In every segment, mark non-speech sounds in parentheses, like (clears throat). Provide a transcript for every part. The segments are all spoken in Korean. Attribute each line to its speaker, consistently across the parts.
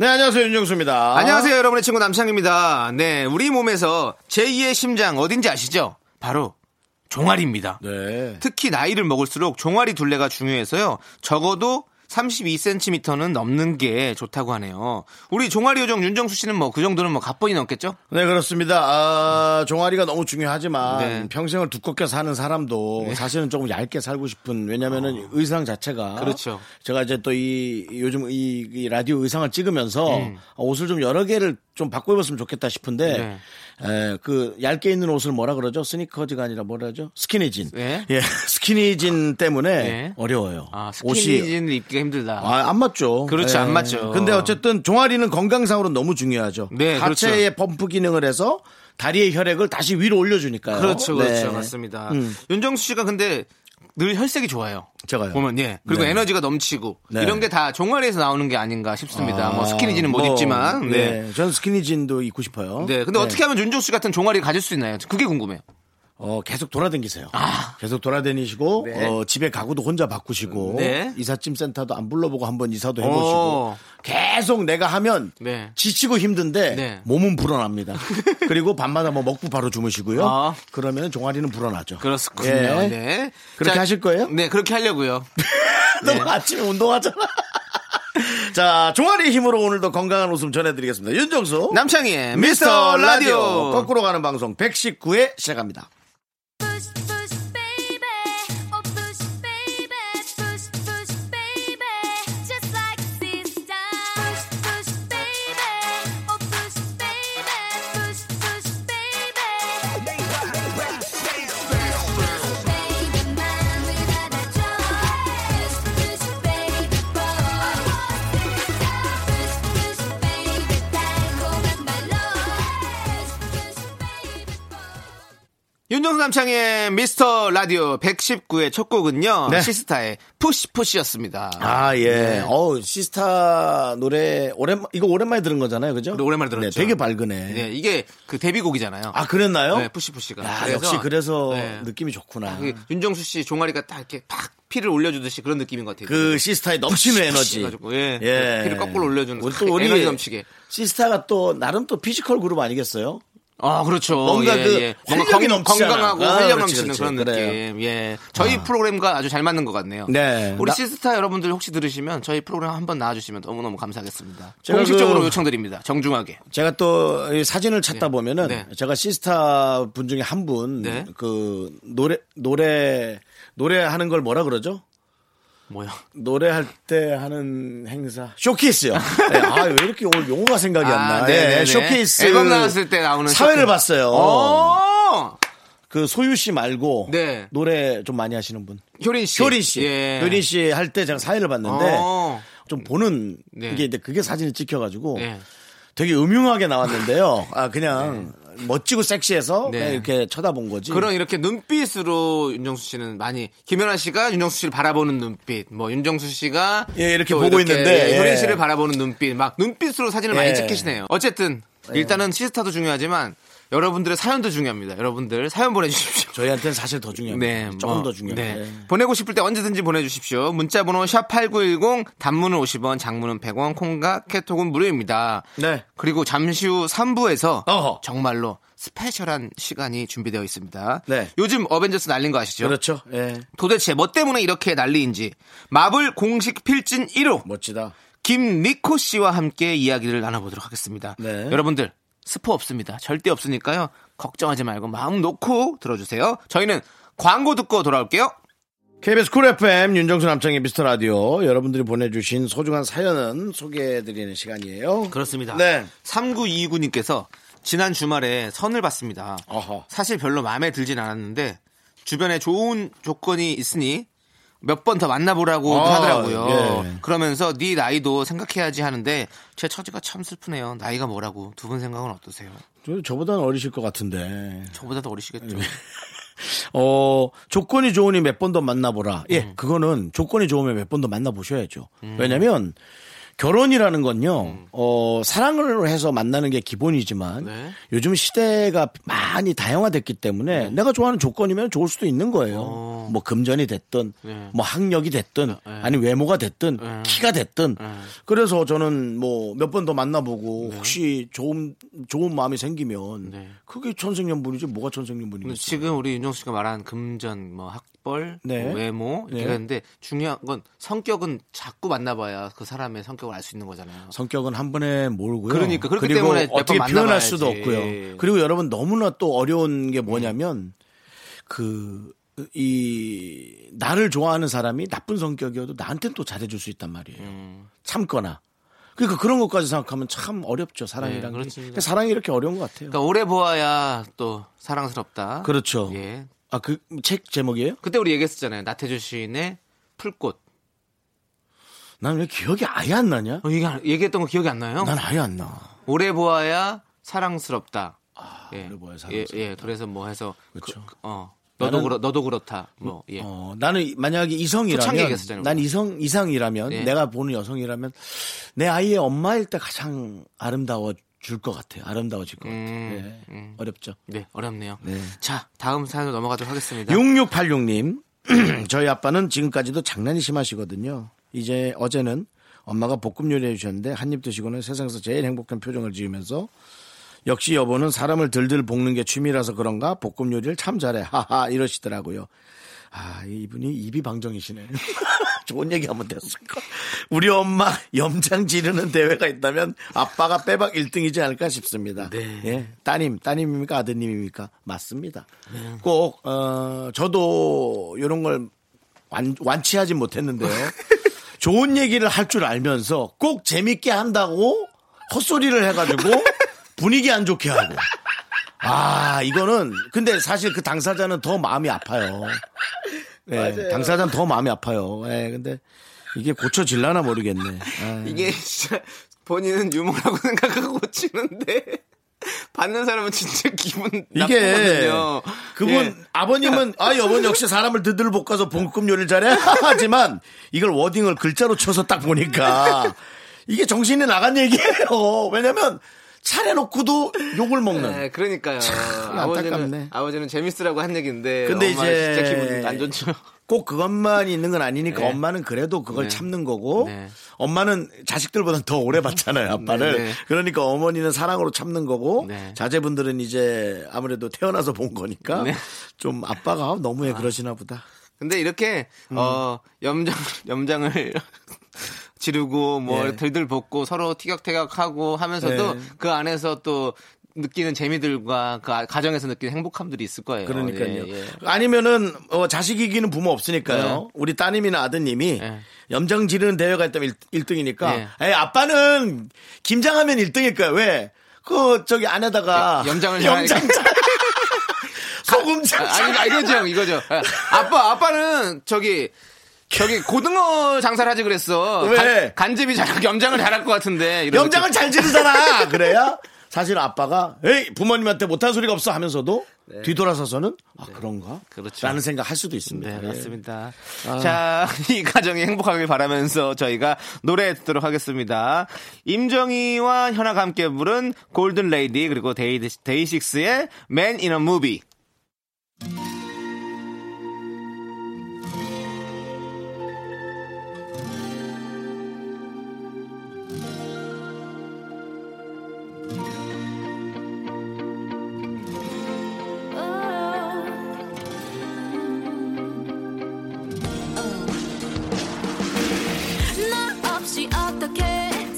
Speaker 1: 네, 안녕하세요. 윤정수입니다.
Speaker 2: 안녕하세요, 여러분의 친구 남창입니다. 네, 우리 몸에서 제2의 심장 어딘지 아시죠? 바로 종아리입니다.
Speaker 1: 네.
Speaker 2: 특히 나이를 먹을수록 종아리 둘레가 중요해서요. 적어도 32cm는 넘는 게 좋다고 하네요. 우리 종아리 요정 윤정수 씨는 뭐 그 정도는 뭐 갑번이 넘겠죠?
Speaker 1: 네, 그렇습니다. 아, 종아리가 너무 중요하지만
Speaker 2: 네.
Speaker 1: 평생을 두껍게 사는 사람도 사실은 조금 얇게 살고 싶은 왜냐면은 의상 자체가
Speaker 2: 어. 그렇죠.
Speaker 1: 제가 이제 또 이 요즘 이, 이 라디오 의상을 찍으면서
Speaker 2: 음.
Speaker 1: 옷을 좀 여러 개를 좀 바꿔 입었으면 좋겠다
Speaker 2: 네.
Speaker 1: 싶은데 에, 그 얇게 있는 옷을 뭐라 그러죠? 스니커즈가 아니라 뭐라 그러죠? 스키니진.
Speaker 2: 예.
Speaker 1: 예. (laughs) 스키니진 때문에
Speaker 2: 예.
Speaker 1: 어려워요.
Speaker 2: 아,
Speaker 1: 옷이
Speaker 2: 스키니진을 입기가 힘들다.
Speaker 1: 아, 안 맞죠.
Speaker 2: 그렇죠,
Speaker 1: 예.
Speaker 2: 안 맞죠.
Speaker 1: 근데 어쨌든 종아리는 건강상으로 너무 중요하죠.
Speaker 2: 네,
Speaker 1: 하체의 펌프 기능을 해서 다리의 혈액을 다시 위로 올려주니까요.
Speaker 2: 그렇죠,
Speaker 1: 네.
Speaker 2: 그렇죠. 맞습니다.
Speaker 1: 음.
Speaker 2: 윤정수 씨가 근데 늘 혈색이 좋아요.
Speaker 1: 제가요?
Speaker 2: 보면, 예. 그리고
Speaker 1: 네.
Speaker 2: 에너지가 넘치고.
Speaker 1: 네.
Speaker 2: 이런 게 다 종아리에서 나오는 게 아닌가 싶습니다.
Speaker 1: 아,
Speaker 2: 뭐 스키니지는 못
Speaker 1: 뭐,
Speaker 2: 입지만. 네.
Speaker 1: 네. 전 스키니진도 입고 싶어요.
Speaker 2: 네, 근데 어떻게 하면 윤종수 씨 같은 종아리를 가질 수 있나요? 그게 궁금해요.
Speaker 1: 어, 계속 돌아다니세요. 계속 돌아다니시고
Speaker 2: 네.
Speaker 1: 어, 집에 가구도 혼자 바꾸시고
Speaker 2: 네.
Speaker 1: 이삿짐 센터도 안 불러보고 한번 이사도 해보시고
Speaker 2: 어.
Speaker 1: 계속 내가 하면
Speaker 2: 네.
Speaker 1: 지치고 힘든데
Speaker 2: 네.
Speaker 1: 몸은
Speaker 2: (laughs)
Speaker 1: 불어납니다. 그리고 밤마다 뭐 먹고 바로 주무시고요.
Speaker 2: 아.
Speaker 1: 그러면 종아리는 불어나죠.
Speaker 2: 그렇군요.
Speaker 1: 예.
Speaker 2: 네.
Speaker 1: 그렇게
Speaker 2: 자,
Speaker 1: 하실 거예요?
Speaker 2: 네, 그렇게
Speaker 1: (laughs)
Speaker 2: 하려고요.
Speaker 1: (laughs) 너
Speaker 2: 네.
Speaker 1: 아침에 운동하잖아. (laughs) 자, 종아리 힘으로 오늘도 건강한 웃음 전해드리겠습니다. 윤정수.
Speaker 2: 남창희의
Speaker 1: 미스터 라디오.
Speaker 2: 거꾸로.
Speaker 1: 거꾸로 가는 방송 119회 시작합니다.
Speaker 3: Push, push, baby. Oh, push, baby. Push, push, baby. Just like this time. Push, push, baby. Oh, push, baby. Push, push, baby. Push, baby, man without a choice. Push, baby, boy. Push, push, baby, tango and balloons. Push, baby, boy.
Speaker 2: 윤종수 남창희의 미스터 라디오 119의 첫 곡은요.
Speaker 1: 네.
Speaker 2: 시스타의 푸시푸시였습니다.
Speaker 1: 아, 예.
Speaker 2: 네.
Speaker 1: 어우, 시스타 노래, 오랜, 이거 오랜만에 들은 거잖아요. 그죠?
Speaker 2: 그래, 오랜만에
Speaker 1: 네,
Speaker 2: 들었죠.
Speaker 1: 되게 밝으네.
Speaker 2: 네, 이게 그 데뷔곡이잖아요.
Speaker 1: 아, 그랬나요?
Speaker 2: 네, 푸시푸시가.
Speaker 1: 야,
Speaker 2: 그래서-
Speaker 1: 역시 그래서
Speaker 2: 네.
Speaker 1: 느낌이 좋구나.
Speaker 2: 그 윤정수 씨 종아리가 딱 이렇게 팍 피를 올려주듯이 그런 느낌인 것 같아요.
Speaker 1: 그 시스타의 넘치는 에너지.
Speaker 2: 해가지고, 예. 피를 거꾸로 올려주는
Speaker 1: 우리
Speaker 2: 크, 에너지 넘치게.
Speaker 1: 시스타가 또 나름 또 피지컬 그룹 아니겠어요?
Speaker 2: 아, 그렇죠.
Speaker 1: 뭔가
Speaker 2: 예,
Speaker 1: 그
Speaker 2: 예.
Speaker 1: 활력이 넘치잖아.
Speaker 2: 건강하고
Speaker 1: 아,
Speaker 2: 활력
Speaker 1: 그렇지,
Speaker 2: 넘치는
Speaker 1: 그렇지.
Speaker 2: 그런 느낌.
Speaker 1: 그래요.
Speaker 2: 예. 저희 프로그램과 아주 잘 맞는 것 같네요.
Speaker 1: 네.
Speaker 2: 우리
Speaker 1: 나-
Speaker 2: 시스타 여러분들 혹시 들으시면 저희 프로그램 한번 나와주시면 너무너무 감사하겠습니다.
Speaker 1: 제가
Speaker 2: 공식적으로
Speaker 1: 그-
Speaker 2: 요청드립니다. 정중하게.
Speaker 1: 제가 또이 사진을 찾다
Speaker 2: 네.
Speaker 1: 보면은
Speaker 2: 네.
Speaker 1: 제가 시스타 분 중에 한 분 그
Speaker 2: 네.
Speaker 1: 노래 노래 노래하는 걸 뭐라 그러죠?
Speaker 2: 뭐야.
Speaker 1: 노래할 때 하는 행사 쇼케이스요. 네, 아왜 이렇게 오늘 용어가 생각이 안
Speaker 2: 아,
Speaker 1: 나?
Speaker 2: 네네네.
Speaker 1: 네, 쇼케이스
Speaker 2: 앨범 나왔을 때 나오는
Speaker 1: 사회를
Speaker 2: 쇼케이스.
Speaker 1: 봤어요.
Speaker 2: 어!
Speaker 1: 그 소유 씨 말고
Speaker 2: 네.
Speaker 1: 노래 좀 많이 하시는 분.
Speaker 2: 효린 씨.
Speaker 1: 효린 씨,
Speaker 2: 예.
Speaker 1: 효린 씨 할 때 제가 사회를 봤는데
Speaker 2: 어.
Speaker 1: 좀 보는
Speaker 2: 네.
Speaker 1: 이게 근데 그게 사진이 찍혀가지고
Speaker 2: 예.
Speaker 1: 되게 음흉하게 나왔는데요. 아 그냥 멋지고 섹시해서
Speaker 2: 네.
Speaker 1: 그냥 이렇게 쳐다본 거지.
Speaker 2: 예. 그런 이렇게 눈빛으로 윤정수 씨는 많이 김연아 씨가 윤정수 씨를 바라보는 눈빛, 뭐 윤정수 씨가
Speaker 1: 예, 이렇게
Speaker 2: 또
Speaker 1: 보고 있는데,
Speaker 2: 예,
Speaker 1: 예.
Speaker 2: 효린 씨를 바라보는 눈빛, 막 눈빛으로 사진을
Speaker 1: 예.
Speaker 2: 많이 찍히시네요. 어쨌든 일단은 시스타도 중요하지만 여러분들의 사연도 중요합니다. 여러분들 사연 보내주십시오.
Speaker 1: 저희한테는 사실 더 중요해요. 조금
Speaker 2: 뭐,
Speaker 1: 더 예. 중요해요.
Speaker 2: 네. 보내고 싶을 때 언제든지 보내주십시오. 문자번호 샵 #8910 단문은 50원, 장문은 100원, 콩과 캐톡은 무료입니다.
Speaker 1: 네.
Speaker 2: 그리고 잠시 후 3부에서
Speaker 1: 어허.
Speaker 2: 정말로 스페셜한 시간이 준비되어 있습니다.
Speaker 1: 네.
Speaker 2: 요즘 어벤져스 날린 거 아시죠?
Speaker 1: 그렇죠. 예.
Speaker 2: 도대체 뭐 때문에 이렇게 난리인지 마블 공식 필진 1호
Speaker 1: 멋지다.
Speaker 2: 김니코 씨와 함께 이야기를 나눠보도록 하겠습니다.
Speaker 1: 네.
Speaker 2: 여러분들 스포 없습니다. 절대 없으니까요. 걱정하지 말고 마음 놓고 들어주세요. 저희는 광고 듣고 돌아올게요.
Speaker 1: KBS 쿨 FM 윤정수 남창의 미스터 라디오 여러분들이 보내주신 소중한 사연은 소개해드리는 시간이에요.
Speaker 2: 그렇습니다.
Speaker 1: 네.
Speaker 2: 3929님께서 지난 주말에 선을 봤습니다.
Speaker 1: 어허.
Speaker 2: 사실 별로 마음에 들진 않았는데 주변에 좋은 조건이 있으니 몇 번 더 만나보라고
Speaker 1: 아,
Speaker 2: 하더라고요.
Speaker 1: 예.
Speaker 2: 그러면서 네 나이도 생각해야지 하는데 제 처지가 참 슬프네요. 나이가 뭐라고 두 분 생각은 어떠세요?
Speaker 1: 저- 저보다는 어리실 것 같은데.
Speaker 2: 저보다 더 어리시겠죠.
Speaker 1: 예. 어, 조건이 좋으니 몇 번 더 만나보라. 예,
Speaker 2: 음.
Speaker 1: 그거는 조건이 좋으면 몇 번 더 만나보셔야죠. 왜냐면 결혼이라는 건요, 어, 사랑을 해서 만나는 게 기본이지만
Speaker 2: 음. 네.
Speaker 1: 요즘 시대가 많이 다양화됐기 때문에
Speaker 2: 음.
Speaker 1: 내가 좋아하는 조건이면 좋을 수도 있는 거예요.
Speaker 2: 어.
Speaker 1: 뭐 금전이 됐든,
Speaker 2: 네.
Speaker 1: 뭐 학력이 됐든, 아니 외모가 됐든, 키가 됐든.
Speaker 2: 네.
Speaker 1: 그래서 저는 뭐 몇 번 더 만나보고 혹시 좋은, 좋은 마음이 생기면
Speaker 2: 네.
Speaker 1: 그게 천생연분이지 뭐가 천생연분이겠어요.
Speaker 2: 지금 우리 윤정수 씨가 말한 금전, 뭐 학벌,
Speaker 1: 네.
Speaker 2: 뭐 외모 이렇게
Speaker 1: 네.
Speaker 2: 했는데 중요한 건 성격은 자꾸 만나봐야 그 사람의 성격을 알 수 있는 거잖아요.
Speaker 1: 성격은 한 번에 모르고요.
Speaker 2: 그러니까 그렇기
Speaker 1: 리고
Speaker 2: 때문에 몇번
Speaker 1: 어떻게 표현할
Speaker 2: 만나봐야지.
Speaker 1: 수도
Speaker 2: 예.
Speaker 1: 없고요. 그리고 여러분 너무나 또 어려운 게 뭐냐면 그 이 나를 좋아하는 사람이 나쁜 성격이어도 나한테는 또 잘해줄 수 있단 말이에요.
Speaker 2: 음.
Speaker 1: 참거나. 그러니까 그런 것까지 생각하면 참 어렵죠
Speaker 2: 네,
Speaker 1: 사랑이란 게.
Speaker 2: 그렇습니다.
Speaker 1: 그러니까 사랑이 이렇게 어려운 것 같아요.
Speaker 2: 그러니까 오래 보아야 또 사랑스럽다.
Speaker 1: 그렇죠
Speaker 2: 예.
Speaker 1: 아 그 책 제목이에요?
Speaker 2: 그때 우리 얘기했었잖아요. 나태주 시인의 풀꽃.
Speaker 1: 난 왜 기억이 아예 안 나냐?
Speaker 2: 어, 얘기, 안- 얘기했던 거 기억이 안 나요?
Speaker 1: 난 아예 안 나.
Speaker 2: 오래 보아야 사랑스럽다. 예.
Speaker 1: 오래 보아야
Speaker 2: 예,
Speaker 1: 사랑스럽다.
Speaker 2: 예. 그래서 뭐 해서 그-
Speaker 1: 그쵸.
Speaker 2: 그- 어. 너도
Speaker 1: 나는-
Speaker 2: 그렇 너도 그렇다. 뭐 예.
Speaker 1: 어, 나는 만약에
Speaker 2: 초창기
Speaker 1: 이성이라면
Speaker 2: 얘기했었잖아요,
Speaker 1: 난
Speaker 2: 우리가.
Speaker 1: 이성 이상이라면
Speaker 2: 예.
Speaker 1: 내가 보는 여성이라면 내 아이의 엄마일 때 가장 아름다워 줄 것 같아요. 아름다워질 것 같아요.
Speaker 2: 음,
Speaker 1: 예. 어렵죠.
Speaker 2: 네, 어렵네요. 자, 다음 사연으로 넘어가도록 하겠습니다.
Speaker 1: 6686님 (clears throat) 저희 아빠는 지금까지도 장난이 심하시거든요. 이제 어제는 엄마가 볶음 요리해 주셨는데 한 입 드시고는 세상에서 제일 행복한 표정을 지으면서 역시 여보는 사람을 들들 볶는 게 취미라서 그런가 볶음 요리를 참 잘해 하하 이러시더라고요. 아 이분이 입이 방정이시네. (laughs) 좋은 얘기하면 됐을까. 우리 엄마 염장 지르는 대회가 있다면 아빠가 빼박 1등이지 않을까 싶습니다. 예, 따님 따님입니까 아드님입니까 맞습니다. 꼭 어, 저도 이런 걸 완, 완치하진 (laughs) 못했는데요. 좋은 얘기를 할 줄 알면서 꼭 재밌게 한다고 헛소리를 해가지고 분위기 안 좋게 하고. 아, 이거는, 근데 사실 그 당사자는 더 마음이 아파요. 예, 당사자는 더 마음이 아파요. 예, 근데 이게 고쳐질라나 모르겠네. 아,
Speaker 2: 이게 진짜 본인은 유머라고 (laughs) 생각하고 치는데 (laughs) 받는 사람은 진짜 기분
Speaker 1: 이게
Speaker 2: 나쁘거든요.
Speaker 1: 그분
Speaker 2: 예. (laughs)
Speaker 1: 아버님은 아 여보 역시 사람을 드들 볶아서 봉급 요리를 잘해 (laughs) 하지만 이걸 워딩을 글자로 쳐서 딱 보니까 이게 정신이 나간 얘기예요. 왜냐면 차려놓고도 욕을 먹는.
Speaker 2: 네, 그러니까요.
Speaker 1: 안타깝네.
Speaker 2: 아버지는 아버지는 재밌으라고 한 얘기인데
Speaker 1: 근데
Speaker 2: 엄마
Speaker 1: 이제-
Speaker 2: 진짜 기분 안 좋죠.
Speaker 1: 꼭 그것만 있는 건 아니니까
Speaker 2: 네.
Speaker 1: 엄마는 그래도 그걸
Speaker 2: 네.
Speaker 1: 참는 거고
Speaker 2: 네.
Speaker 1: 엄마는 자식들보다 더 오래
Speaker 2: (laughs)
Speaker 1: 봤잖아요 아빠를
Speaker 2: 네, 네.
Speaker 1: 그러니까 어머니는 사랑으로 참는 거고
Speaker 2: 네.
Speaker 1: 자제분들은 이제 아무래도 태어나서 본 거니까
Speaker 2: 네.
Speaker 1: 좀 아빠가 너무해 그러시나 보다
Speaker 2: 근데 이렇게
Speaker 1: 음.
Speaker 2: 어 염장 (laughs) 염장을 지르고 뭐
Speaker 1: 네.
Speaker 2: 들들 볶고 서로 티격태격하고 하면서도
Speaker 1: 네.
Speaker 2: 그 안에서 또 느끼는 재미들과 그 아- 가정에서 느끼는 행복함들이 있을 거예요.
Speaker 1: 그러니까요.
Speaker 2: 예, 예.
Speaker 1: 아니면은 어, 자식 이기는 부모 없으니까요.
Speaker 2: 네.
Speaker 1: 우리 따님이나 아드님이
Speaker 2: 네.
Speaker 1: 염장 지르는 대회가 있다면 1, 등이니까
Speaker 2: 네.
Speaker 1: 에이, 아빠는 김장하면 1등일 거야. 왜? 그 저기 안에다가
Speaker 2: 여- 예, 염장을
Speaker 1: 염장
Speaker 2: (laughs) 잘하니까.
Speaker 1: 소금장
Speaker 2: 아, 아니, 아, 이거죠, 이거죠. 아, 아빠, 아빠는 저기, 저기 고등어 장사를 하지 그랬어.
Speaker 1: 왜?
Speaker 2: 간- 간집이 잘, 염장을 잘할 것 같은데. 이런
Speaker 1: 염장을 잘 지르잖아. 그래야 사실 아빠가 에이 부모님한테 못한 소리가 없어 하면서 뒤돌아서서는 아 그런가?
Speaker 2: 네. 그렇죠.
Speaker 1: 라는 생각 할 수도
Speaker 2: 느낌.
Speaker 1: 있습니다.
Speaker 2: 네,
Speaker 1: 예.
Speaker 2: 맞습니다. 자, (laughs) 이 가정이 행복하길 바라면서 저희가 노래 듣도록 하겠습니다. 임정희와 현아가 함께 부른 골든 레이디, 그리고 데이, 데이식스의 Man in a Movie.
Speaker 3: 나 없이 어떻게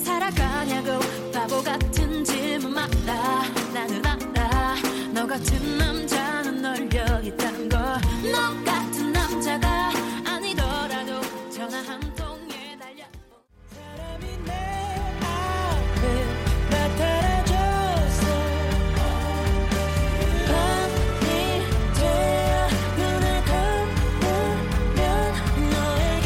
Speaker 3: 살아가냐고 바보 같은 질문 말아 나는 알아 너 같은 남자는 널려 있다는 걸너 같은 남자가 아니더라도 전화 한 통에 달려
Speaker 4: 사람이 내 앞에 나타나줘서 밤이 되어 눈을 감으면 너의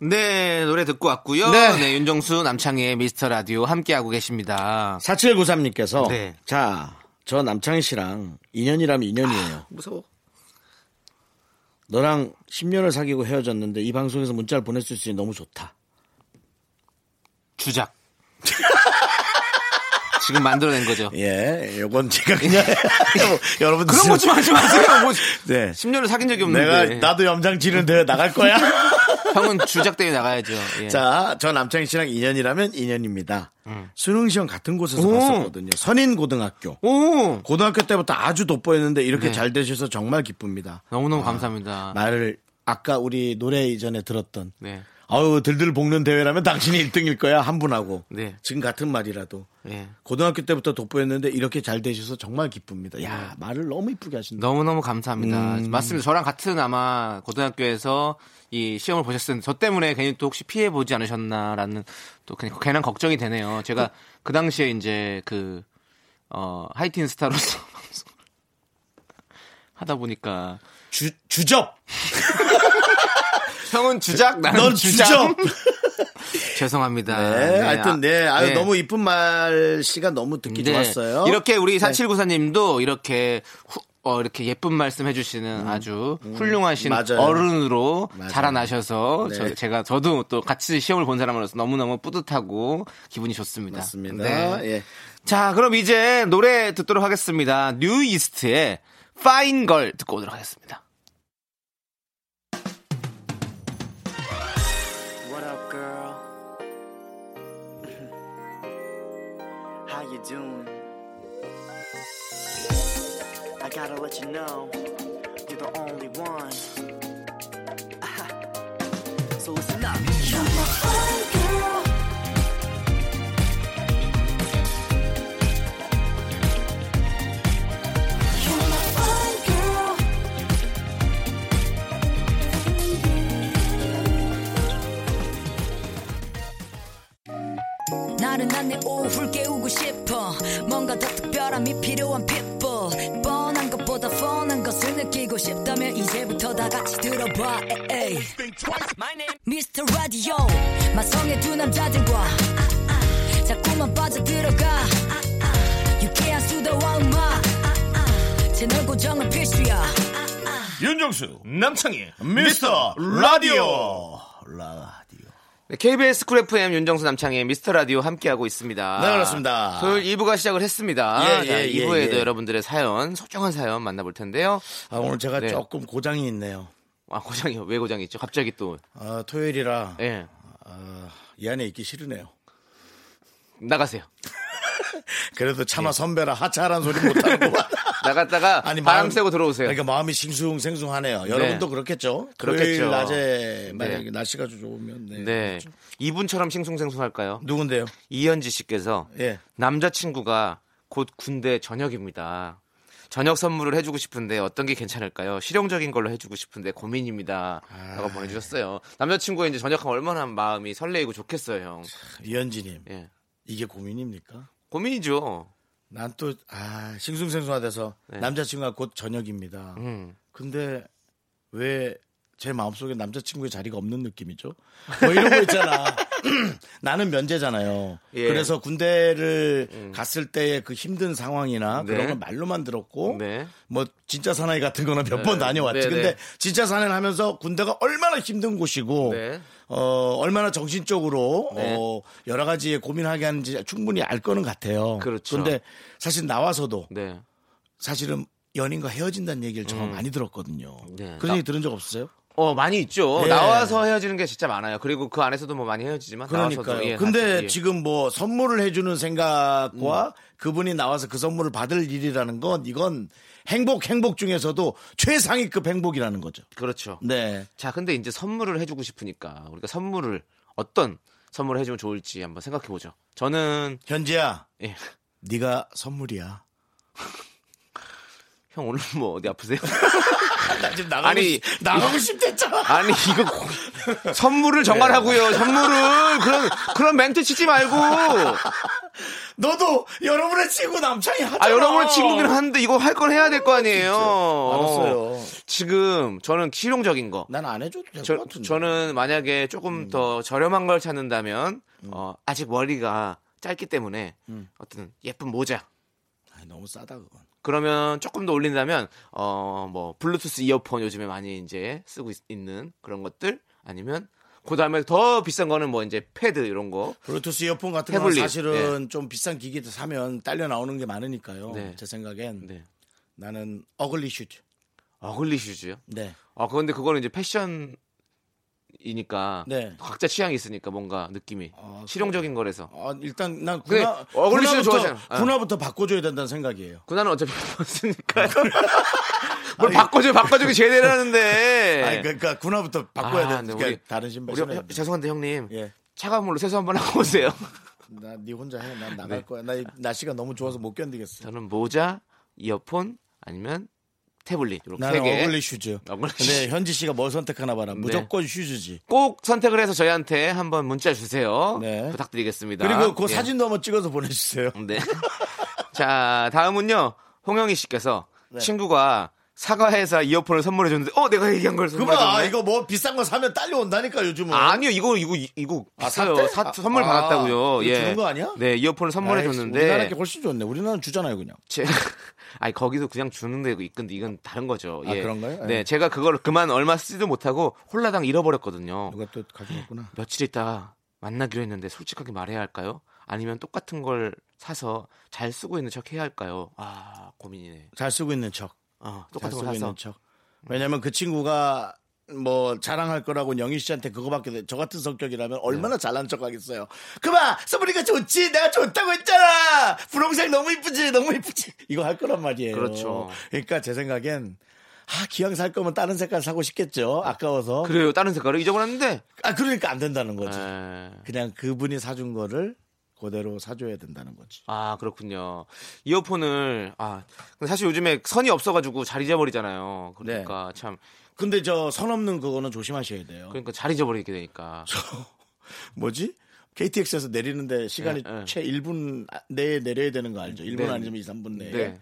Speaker 2: 네, 노래 듣고 왔고요.
Speaker 1: 네.
Speaker 2: 네, 윤정수 남창희의 미스터 라디오 함께하고 계십니다.
Speaker 1: 4793님께서
Speaker 2: 네.
Speaker 1: 자, 저 남창희 씨랑 인연이라면 인연이에요.
Speaker 2: 아, 무서워.
Speaker 1: 너랑 10년을 사귀고 헤어졌는데 이 방송에서 문자를 보낼 수 있으니 너무 좋다.
Speaker 2: 주작. (laughs) 지금 만들어낸 거죠.
Speaker 1: 예, 요건 제가 (laughs) 그냥 여러분들
Speaker 2: 그런 것 좀 하지 마세요. (laughs) 뭐,
Speaker 1: (laughs) 네.
Speaker 2: 10년을 사귄 적이
Speaker 1: 내가
Speaker 2: 없는데.
Speaker 1: 나도 염장 지는 대회 나갈
Speaker 2: (laughs)
Speaker 1: 거야.
Speaker 2: 형은 주작 때문에 나가야죠. 예.
Speaker 1: 자, 저 남창희 씨랑 인연이라면 인연입니다. 수능 시험 같은 곳에서
Speaker 2: 음. 오.
Speaker 1: 봤었거든요. 선인 고등학교.
Speaker 2: 오!
Speaker 1: 고등학교 때부터 아주 돋보였는데 이렇게
Speaker 2: 네.
Speaker 1: 잘 되셔서 정말 기쁩니다.
Speaker 2: 너무너무 감사합니다.
Speaker 1: 말을 아까 우리 노래 이전에 들었던
Speaker 2: 아. 네.
Speaker 1: 아유 들들 볶는 대회라면 당신이 1등일 거야 한 분하고
Speaker 2: 네.
Speaker 1: 지금 같은 말이라도
Speaker 2: 예.
Speaker 1: 고등학교 때부터 돋보였는데 이렇게 잘 되셔서 정말 기쁩니다. 야 말을 너무 이쁘게 하신다.
Speaker 2: 네. 너무너무 감사합니다. 맞습니다. 저랑 같은 아마 고등학교에서 이 시험을 보셨을 때 저 때문에 괜히 또 혹시 피해 보지 않으셨나라는 또 그냥 괜한 걱정이 되네요. 제가 그, 당시에 이제 그, 어, 하이틴 스타로서 (laughs) 방송을 하다 보니까
Speaker 1: 주 주접
Speaker 2: 형은 주작 나는
Speaker 1: 넌
Speaker 2: 주작.
Speaker 1: 주접.
Speaker 2: (laughs) 죄송합니다.
Speaker 1: 네, 하여튼 네 아유
Speaker 2: 네.
Speaker 1: 너무 이쁜 말씨가 너무 듣기
Speaker 2: 네.
Speaker 1: 좋았어요.
Speaker 2: 이렇게 우리 4794님도 이렇게 후- 어, 이렇게 예쁜 말씀 해주시는 아주 훌륭하신
Speaker 1: 음. 맞아요.
Speaker 2: 어른으로
Speaker 1: 맞아요.
Speaker 2: 자라나셔서
Speaker 1: 네.
Speaker 2: 저, 제가 저도 또 같이 시험을 본 사람으로서 너무너무 뿌듯하고 기분이 좋습니다.
Speaker 1: 맞습니다.
Speaker 2: 네.
Speaker 1: 예.
Speaker 2: 자, 그럼 이제 노래 듣도록 하겠습니다. 뉴 이스트의 파인 걸 듣고 오도록 하겠습니다.
Speaker 5: What up, girl? (laughs) How you doing? I gotta let you know, you're the only one. (laughs) so listen up.
Speaker 6: 나른한 내 오후를 깨우고 싶어 뭔가 더 특별함이 필요한 people 뻔한 것보다 뻔한 것을 느끼고 싶다면 이제부터 다 같이 들어봐 에이. Mr. Radio 마성의 두 남자들과 자꾸만 빠져들어가 유쾌한 수다와 음악 채널 고정은 필수야
Speaker 7: 윤정수 남창희
Speaker 1: 미스터 라디오 라디오.
Speaker 2: 네, KBS 쿨 FM 윤정수 남창의 미스터 라디오 함께하고 있습니다.
Speaker 1: 네, 그렇습니다.
Speaker 2: 토요일 2부가 시작을 했습니다.
Speaker 1: 예, 예,
Speaker 2: 자,
Speaker 1: 예,
Speaker 2: 2부에도
Speaker 1: 예.
Speaker 2: 여러분들의 사연, 소중한 사연 만나볼 텐데요.
Speaker 1: 아 오늘 제가
Speaker 2: 네.
Speaker 1: 조금 고장이 있네요.
Speaker 2: 아, 고장이요. 왜 고장이 있죠? 갑자기 또.
Speaker 1: 아, 토요일이라
Speaker 2: 예.
Speaker 1: 이 안에 있기 싫으네요.
Speaker 2: 나가세요.
Speaker 1: 그래도 차마 선배라 하차하란 소리 못하는구만.
Speaker 2: (laughs) 나갔다가 예. 바람
Speaker 1: 아. 마음-
Speaker 2: 쐬고 들어오세요.
Speaker 1: 그러니까 마음이 싱숭생숭하네요. 여러분도 그렇겠죠.
Speaker 2: 그렇겠죠.
Speaker 1: 그렇겠죠. 낮에 만약에
Speaker 2: 네.
Speaker 1: 날씨가 좀 좋으면 네.
Speaker 2: 네. 이분처럼 싱숭생숭할까요?
Speaker 1: 누군데요?
Speaker 2: 이현지 씨께서
Speaker 1: 예.
Speaker 2: 남자친구가 곧 군대 전역입니다. 저녁 선물을 해주고 싶은데 어떤 게 괜찮을까요? 실용적인 걸로 해주고 싶은데 고민입니다.
Speaker 1: 아.
Speaker 2: 라고 보내주셨어요. 남자친구가 이제 전역하면 얼마나 마음이 설레이고 좋겠어요, 형.
Speaker 1: 이현진님
Speaker 2: 예.
Speaker 1: 이게 고민입니까?
Speaker 2: 고민이죠.
Speaker 1: 난 또 아, 싱숭생숭하돼서 남자친구가 곧 저녁입니다.
Speaker 2: 네. 음.
Speaker 1: 근데 왜 제 마음속에 남자친구의 자리가 없는 느낌이죠? 뭐 이런 거
Speaker 2: (laughs)
Speaker 1: 있잖아. (clears throat) 나는 면제잖아요.
Speaker 2: 예. 음.
Speaker 1: 그래서 군대를 갔을 때의 그 힘든 상황이나
Speaker 2: 네.
Speaker 1: 그런 걸 말로만 들었고
Speaker 2: 네.
Speaker 1: 뭐 진짜 사나이 같은 거는 몇 번 다녀왔지.
Speaker 2: 네, 네.
Speaker 1: 근데 진짜 사나이를 하면서 군대가 얼마나 힘든 곳이고
Speaker 2: 네.
Speaker 1: 어, 얼마나 정신적으로
Speaker 2: 네.
Speaker 1: 어, 여러 가지에 고민하게 하는지 충분히 알 거는 같아요.
Speaker 2: 그렇죠.
Speaker 1: 근데 사실 나와서도
Speaker 2: 네.
Speaker 1: 사실은 연인과 헤어진다는 얘기를 정말 많이 들었거든요.
Speaker 2: 음. 네.
Speaker 1: 그런
Speaker 2: 나-
Speaker 1: 얘기 들은 적 없으세요?
Speaker 2: 어, 많이 있죠.
Speaker 1: 예.
Speaker 2: 나와서 헤어지는 게 진짜 많아요. 그리고 그 안에서도 뭐 많이 헤어지지만 나와서도
Speaker 1: 그러니까요.
Speaker 2: 예,
Speaker 1: 근데
Speaker 2: 같이, 예. 음.
Speaker 1: 지금 뭐 선물을 해주는 생각과 그분이 나와서 그 선물을 받을 일이라는 건 이건 행복 행복 중에서도 최상위급 행복이라는 거죠.
Speaker 2: 그렇죠.
Speaker 1: 네.
Speaker 2: 자, 근데 이제 선물을 해주고 싶으니까 우리가 선물을 어떤 선물을 해주면 좋을지 한번 생각해 보죠. 저는
Speaker 1: 현지야,
Speaker 2: 예.
Speaker 1: 네가 선물이야.
Speaker 2: 형 오늘 뭐 어디 아프세요?
Speaker 1: 나 지금 나가고
Speaker 2: 아니,
Speaker 1: 싶, 네. 나가고 싶댔잖아.
Speaker 2: 아니 이거 고- 선물을 정갈하고요. 선물을 그런 그런 멘트 치지 말고 아
Speaker 1: 너도 여러분의 친구 남창이 하잖아.
Speaker 2: 여러분의 친구들은 하는데 이거 할 건 해야 될 거 아니에요.
Speaker 1: 알았어요.
Speaker 2: 지금 저는 실용적인 거.
Speaker 1: 난 안 해줘도 될 것
Speaker 2: 저,
Speaker 1: 같은데. 음.
Speaker 2: 저는 만약에 조금 더 저렴한 걸 찾는다면 어, 아직 머리가 짧기 때문에
Speaker 1: 음.
Speaker 2: 어떤 예쁜 모자
Speaker 1: 아니, 너무 싸다 그건.
Speaker 2: 그러면 조금 더 올린다면 어 뭐 블루투스 이어폰 요즘에 많이 이제 쓰고 있, 는 그런 것들 아니면 그다음에 더 비싼 거는 뭐 이제 패드 이런 거
Speaker 1: 블루투스 이어폰 같은 건
Speaker 2: 태블릿,
Speaker 1: 사실은 좀 비싼 기기들 사면 딸려 나오는 게 많으니까요.
Speaker 2: 네.
Speaker 1: 제 생각엔
Speaker 2: 네.
Speaker 1: 나는 어글리 슈즈.
Speaker 2: 어글리 슈즈요.
Speaker 1: 네.
Speaker 2: 아 그런데 그거는 이제 패션 이니까
Speaker 1: 네. 아,
Speaker 2: 각자 취향이 있으니까 뭔가 느낌이 실용적인 거라서
Speaker 1: 어, 일단 난
Speaker 2: 근데
Speaker 1: 군화,
Speaker 2: 어글리 슈즈
Speaker 1: 군화부터,
Speaker 2: 좋아하잖아. 아.
Speaker 1: 군화부터 바꿔줘야 된다는 생각이에요.
Speaker 2: 그나는 어차피 (laughs)
Speaker 1: (laughs)
Speaker 2: 봤으니까 뭘 바꿔줘 바꿔주기 제대로 하는데
Speaker 1: 아니, 그러니까 군화부터 바꿔야
Speaker 2: 네. 아,
Speaker 1: 돼.
Speaker 2: 근데
Speaker 1: 그러니까
Speaker 2: 우리-
Speaker 1: 다른 신발
Speaker 2: 우리
Speaker 1: 신어야
Speaker 2: 형-
Speaker 1: 돼.
Speaker 2: 죄송한데 형님
Speaker 1: 예.
Speaker 2: 차가운 물로 세수 한번 하고 오세요.
Speaker 1: 나네 혼자 해. 난 나갈
Speaker 2: 네.
Speaker 1: 거야. 나 이 날씨가 너무 좋아서 못 견디겠어.
Speaker 2: 저는 모자, 이어폰 아니면 태블릿 이렇게 세
Speaker 1: 나는
Speaker 2: 개.
Speaker 1: 어글리 슈즈.
Speaker 2: 어글리
Speaker 1: 근데
Speaker 2: 슈즈. 네.
Speaker 1: 현지 씨가 뭘 선택하나 봐라. 무조건 슈즈지.
Speaker 2: 꼭 선택을 해서 저희한테 한번 문자 주세요.
Speaker 1: 네.
Speaker 2: 부탁드리겠습니다.
Speaker 1: 그리고 그
Speaker 2: 예.
Speaker 1: 사진도 한번 찍어서 보내주세요.
Speaker 2: 네. (laughs) 자 다음은요 홍영희 씨께서
Speaker 1: 네.
Speaker 2: 친구가 사과해서 이어폰을 선물해 줬는데 어 내가 얘기한 걸 선물해
Speaker 1: 그봐
Speaker 2: 줬네.
Speaker 1: 이거 뭐 비싼 거 사면 딸려온다니까 요즘은.
Speaker 2: 아니요, 이거 이거 이거
Speaker 1: 어. 아,
Speaker 2: 비싸요.
Speaker 1: 샀대?
Speaker 2: 사-
Speaker 1: 아,
Speaker 2: 선물
Speaker 1: 아,
Speaker 2: 받았다고요.
Speaker 1: 이거
Speaker 2: 예.
Speaker 1: 주는 거 아니야?
Speaker 2: 네, 이어폰을 선물해
Speaker 1: 우리나라
Speaker 2: 줬는데.
Speaker 1: 게 훨씬 좋네. 우리나라는 주잖아요 그냥.
Speaker 2: 제, (laughs) 아니 거기도 그냥 주는 데고 이건 이건 다른 거죠.
Speaker 1: 아,
Speaker 2: 예.
Speaker 1: 그런가요? 예.
Speaker 2: 네, 제가 그걸 그만 얼마 쓰지도 못하고 홀라당 잃어버렸거든요.
Speaker 1: 누가 또 가져갔구나.
Speaker 2: 며칠 있다가 만나기로 했는데 솔직하게 말해야 할까요? 아니면 똑같은 걸 사서 잘 쓰고 있는 척 해야 할까요? 아 고민이네.
Speaker 1: 잘 쓰고 있는 척.
Speaker 2: 어,
Speaker 1: 잘
Speaker 2: 똑같은
Speaker 1: 쓰고
Speaker 2: 걸 사서
Speaker 1: 있는 척. 왜냐면 그 친구가 뭐 자랑할 거라고 영희 씨한테 그거밖에 돼. 저 같은 성격이라면
Speaker 2: 네.
Speaker 1: 얼마나 잘난 척 하겠어요. 그만 써보니까 좋지. 내가 좋다고 했잖아. 분홍색 너무 이쁘지. 너무 이쁘지. 이거 할 거란 말이에요.
Speaker 2: 그렇죠.
Speaker 1: 그러니까 제 생각엔 아 기왕 살 거면 다른 색깔 사고 싶겠죠. 아까워서.
Speaker 2: 그래요. 다른 색깔을 잊어버렸는데. 예.
Speaker 1: 아 그러니까 안 된다는 거지.
Speaker 2: 에.
Speaker 1: 그냥 그분이 사준 거를 그대로 사줘야 된다는 거지.
Speaker 2: 아 그렇군요. 이어폰을 아 근데 사실 요즘에 선이 없어가지고 잘 잊어버리잖아요. 그러니까
Speaker 1: 네.
Speaker 2: 참
Speaker 1: 근데 저 선 없는 그거는 조심하셔야 돼요.
Speaker 2: 그러니까 잘 잊어버리게 되니까.
Speaker 1: 뭐지? KTX에서 내리는데 시간이
Speaker 2: 네, 네.
Speaker 1: 최 1분 내에 내려야 되는 거 알죠? 1분
Speaker 2: 네.
Speaker 1: 아니면 2, 3분 내에.
Speaker 2: 네.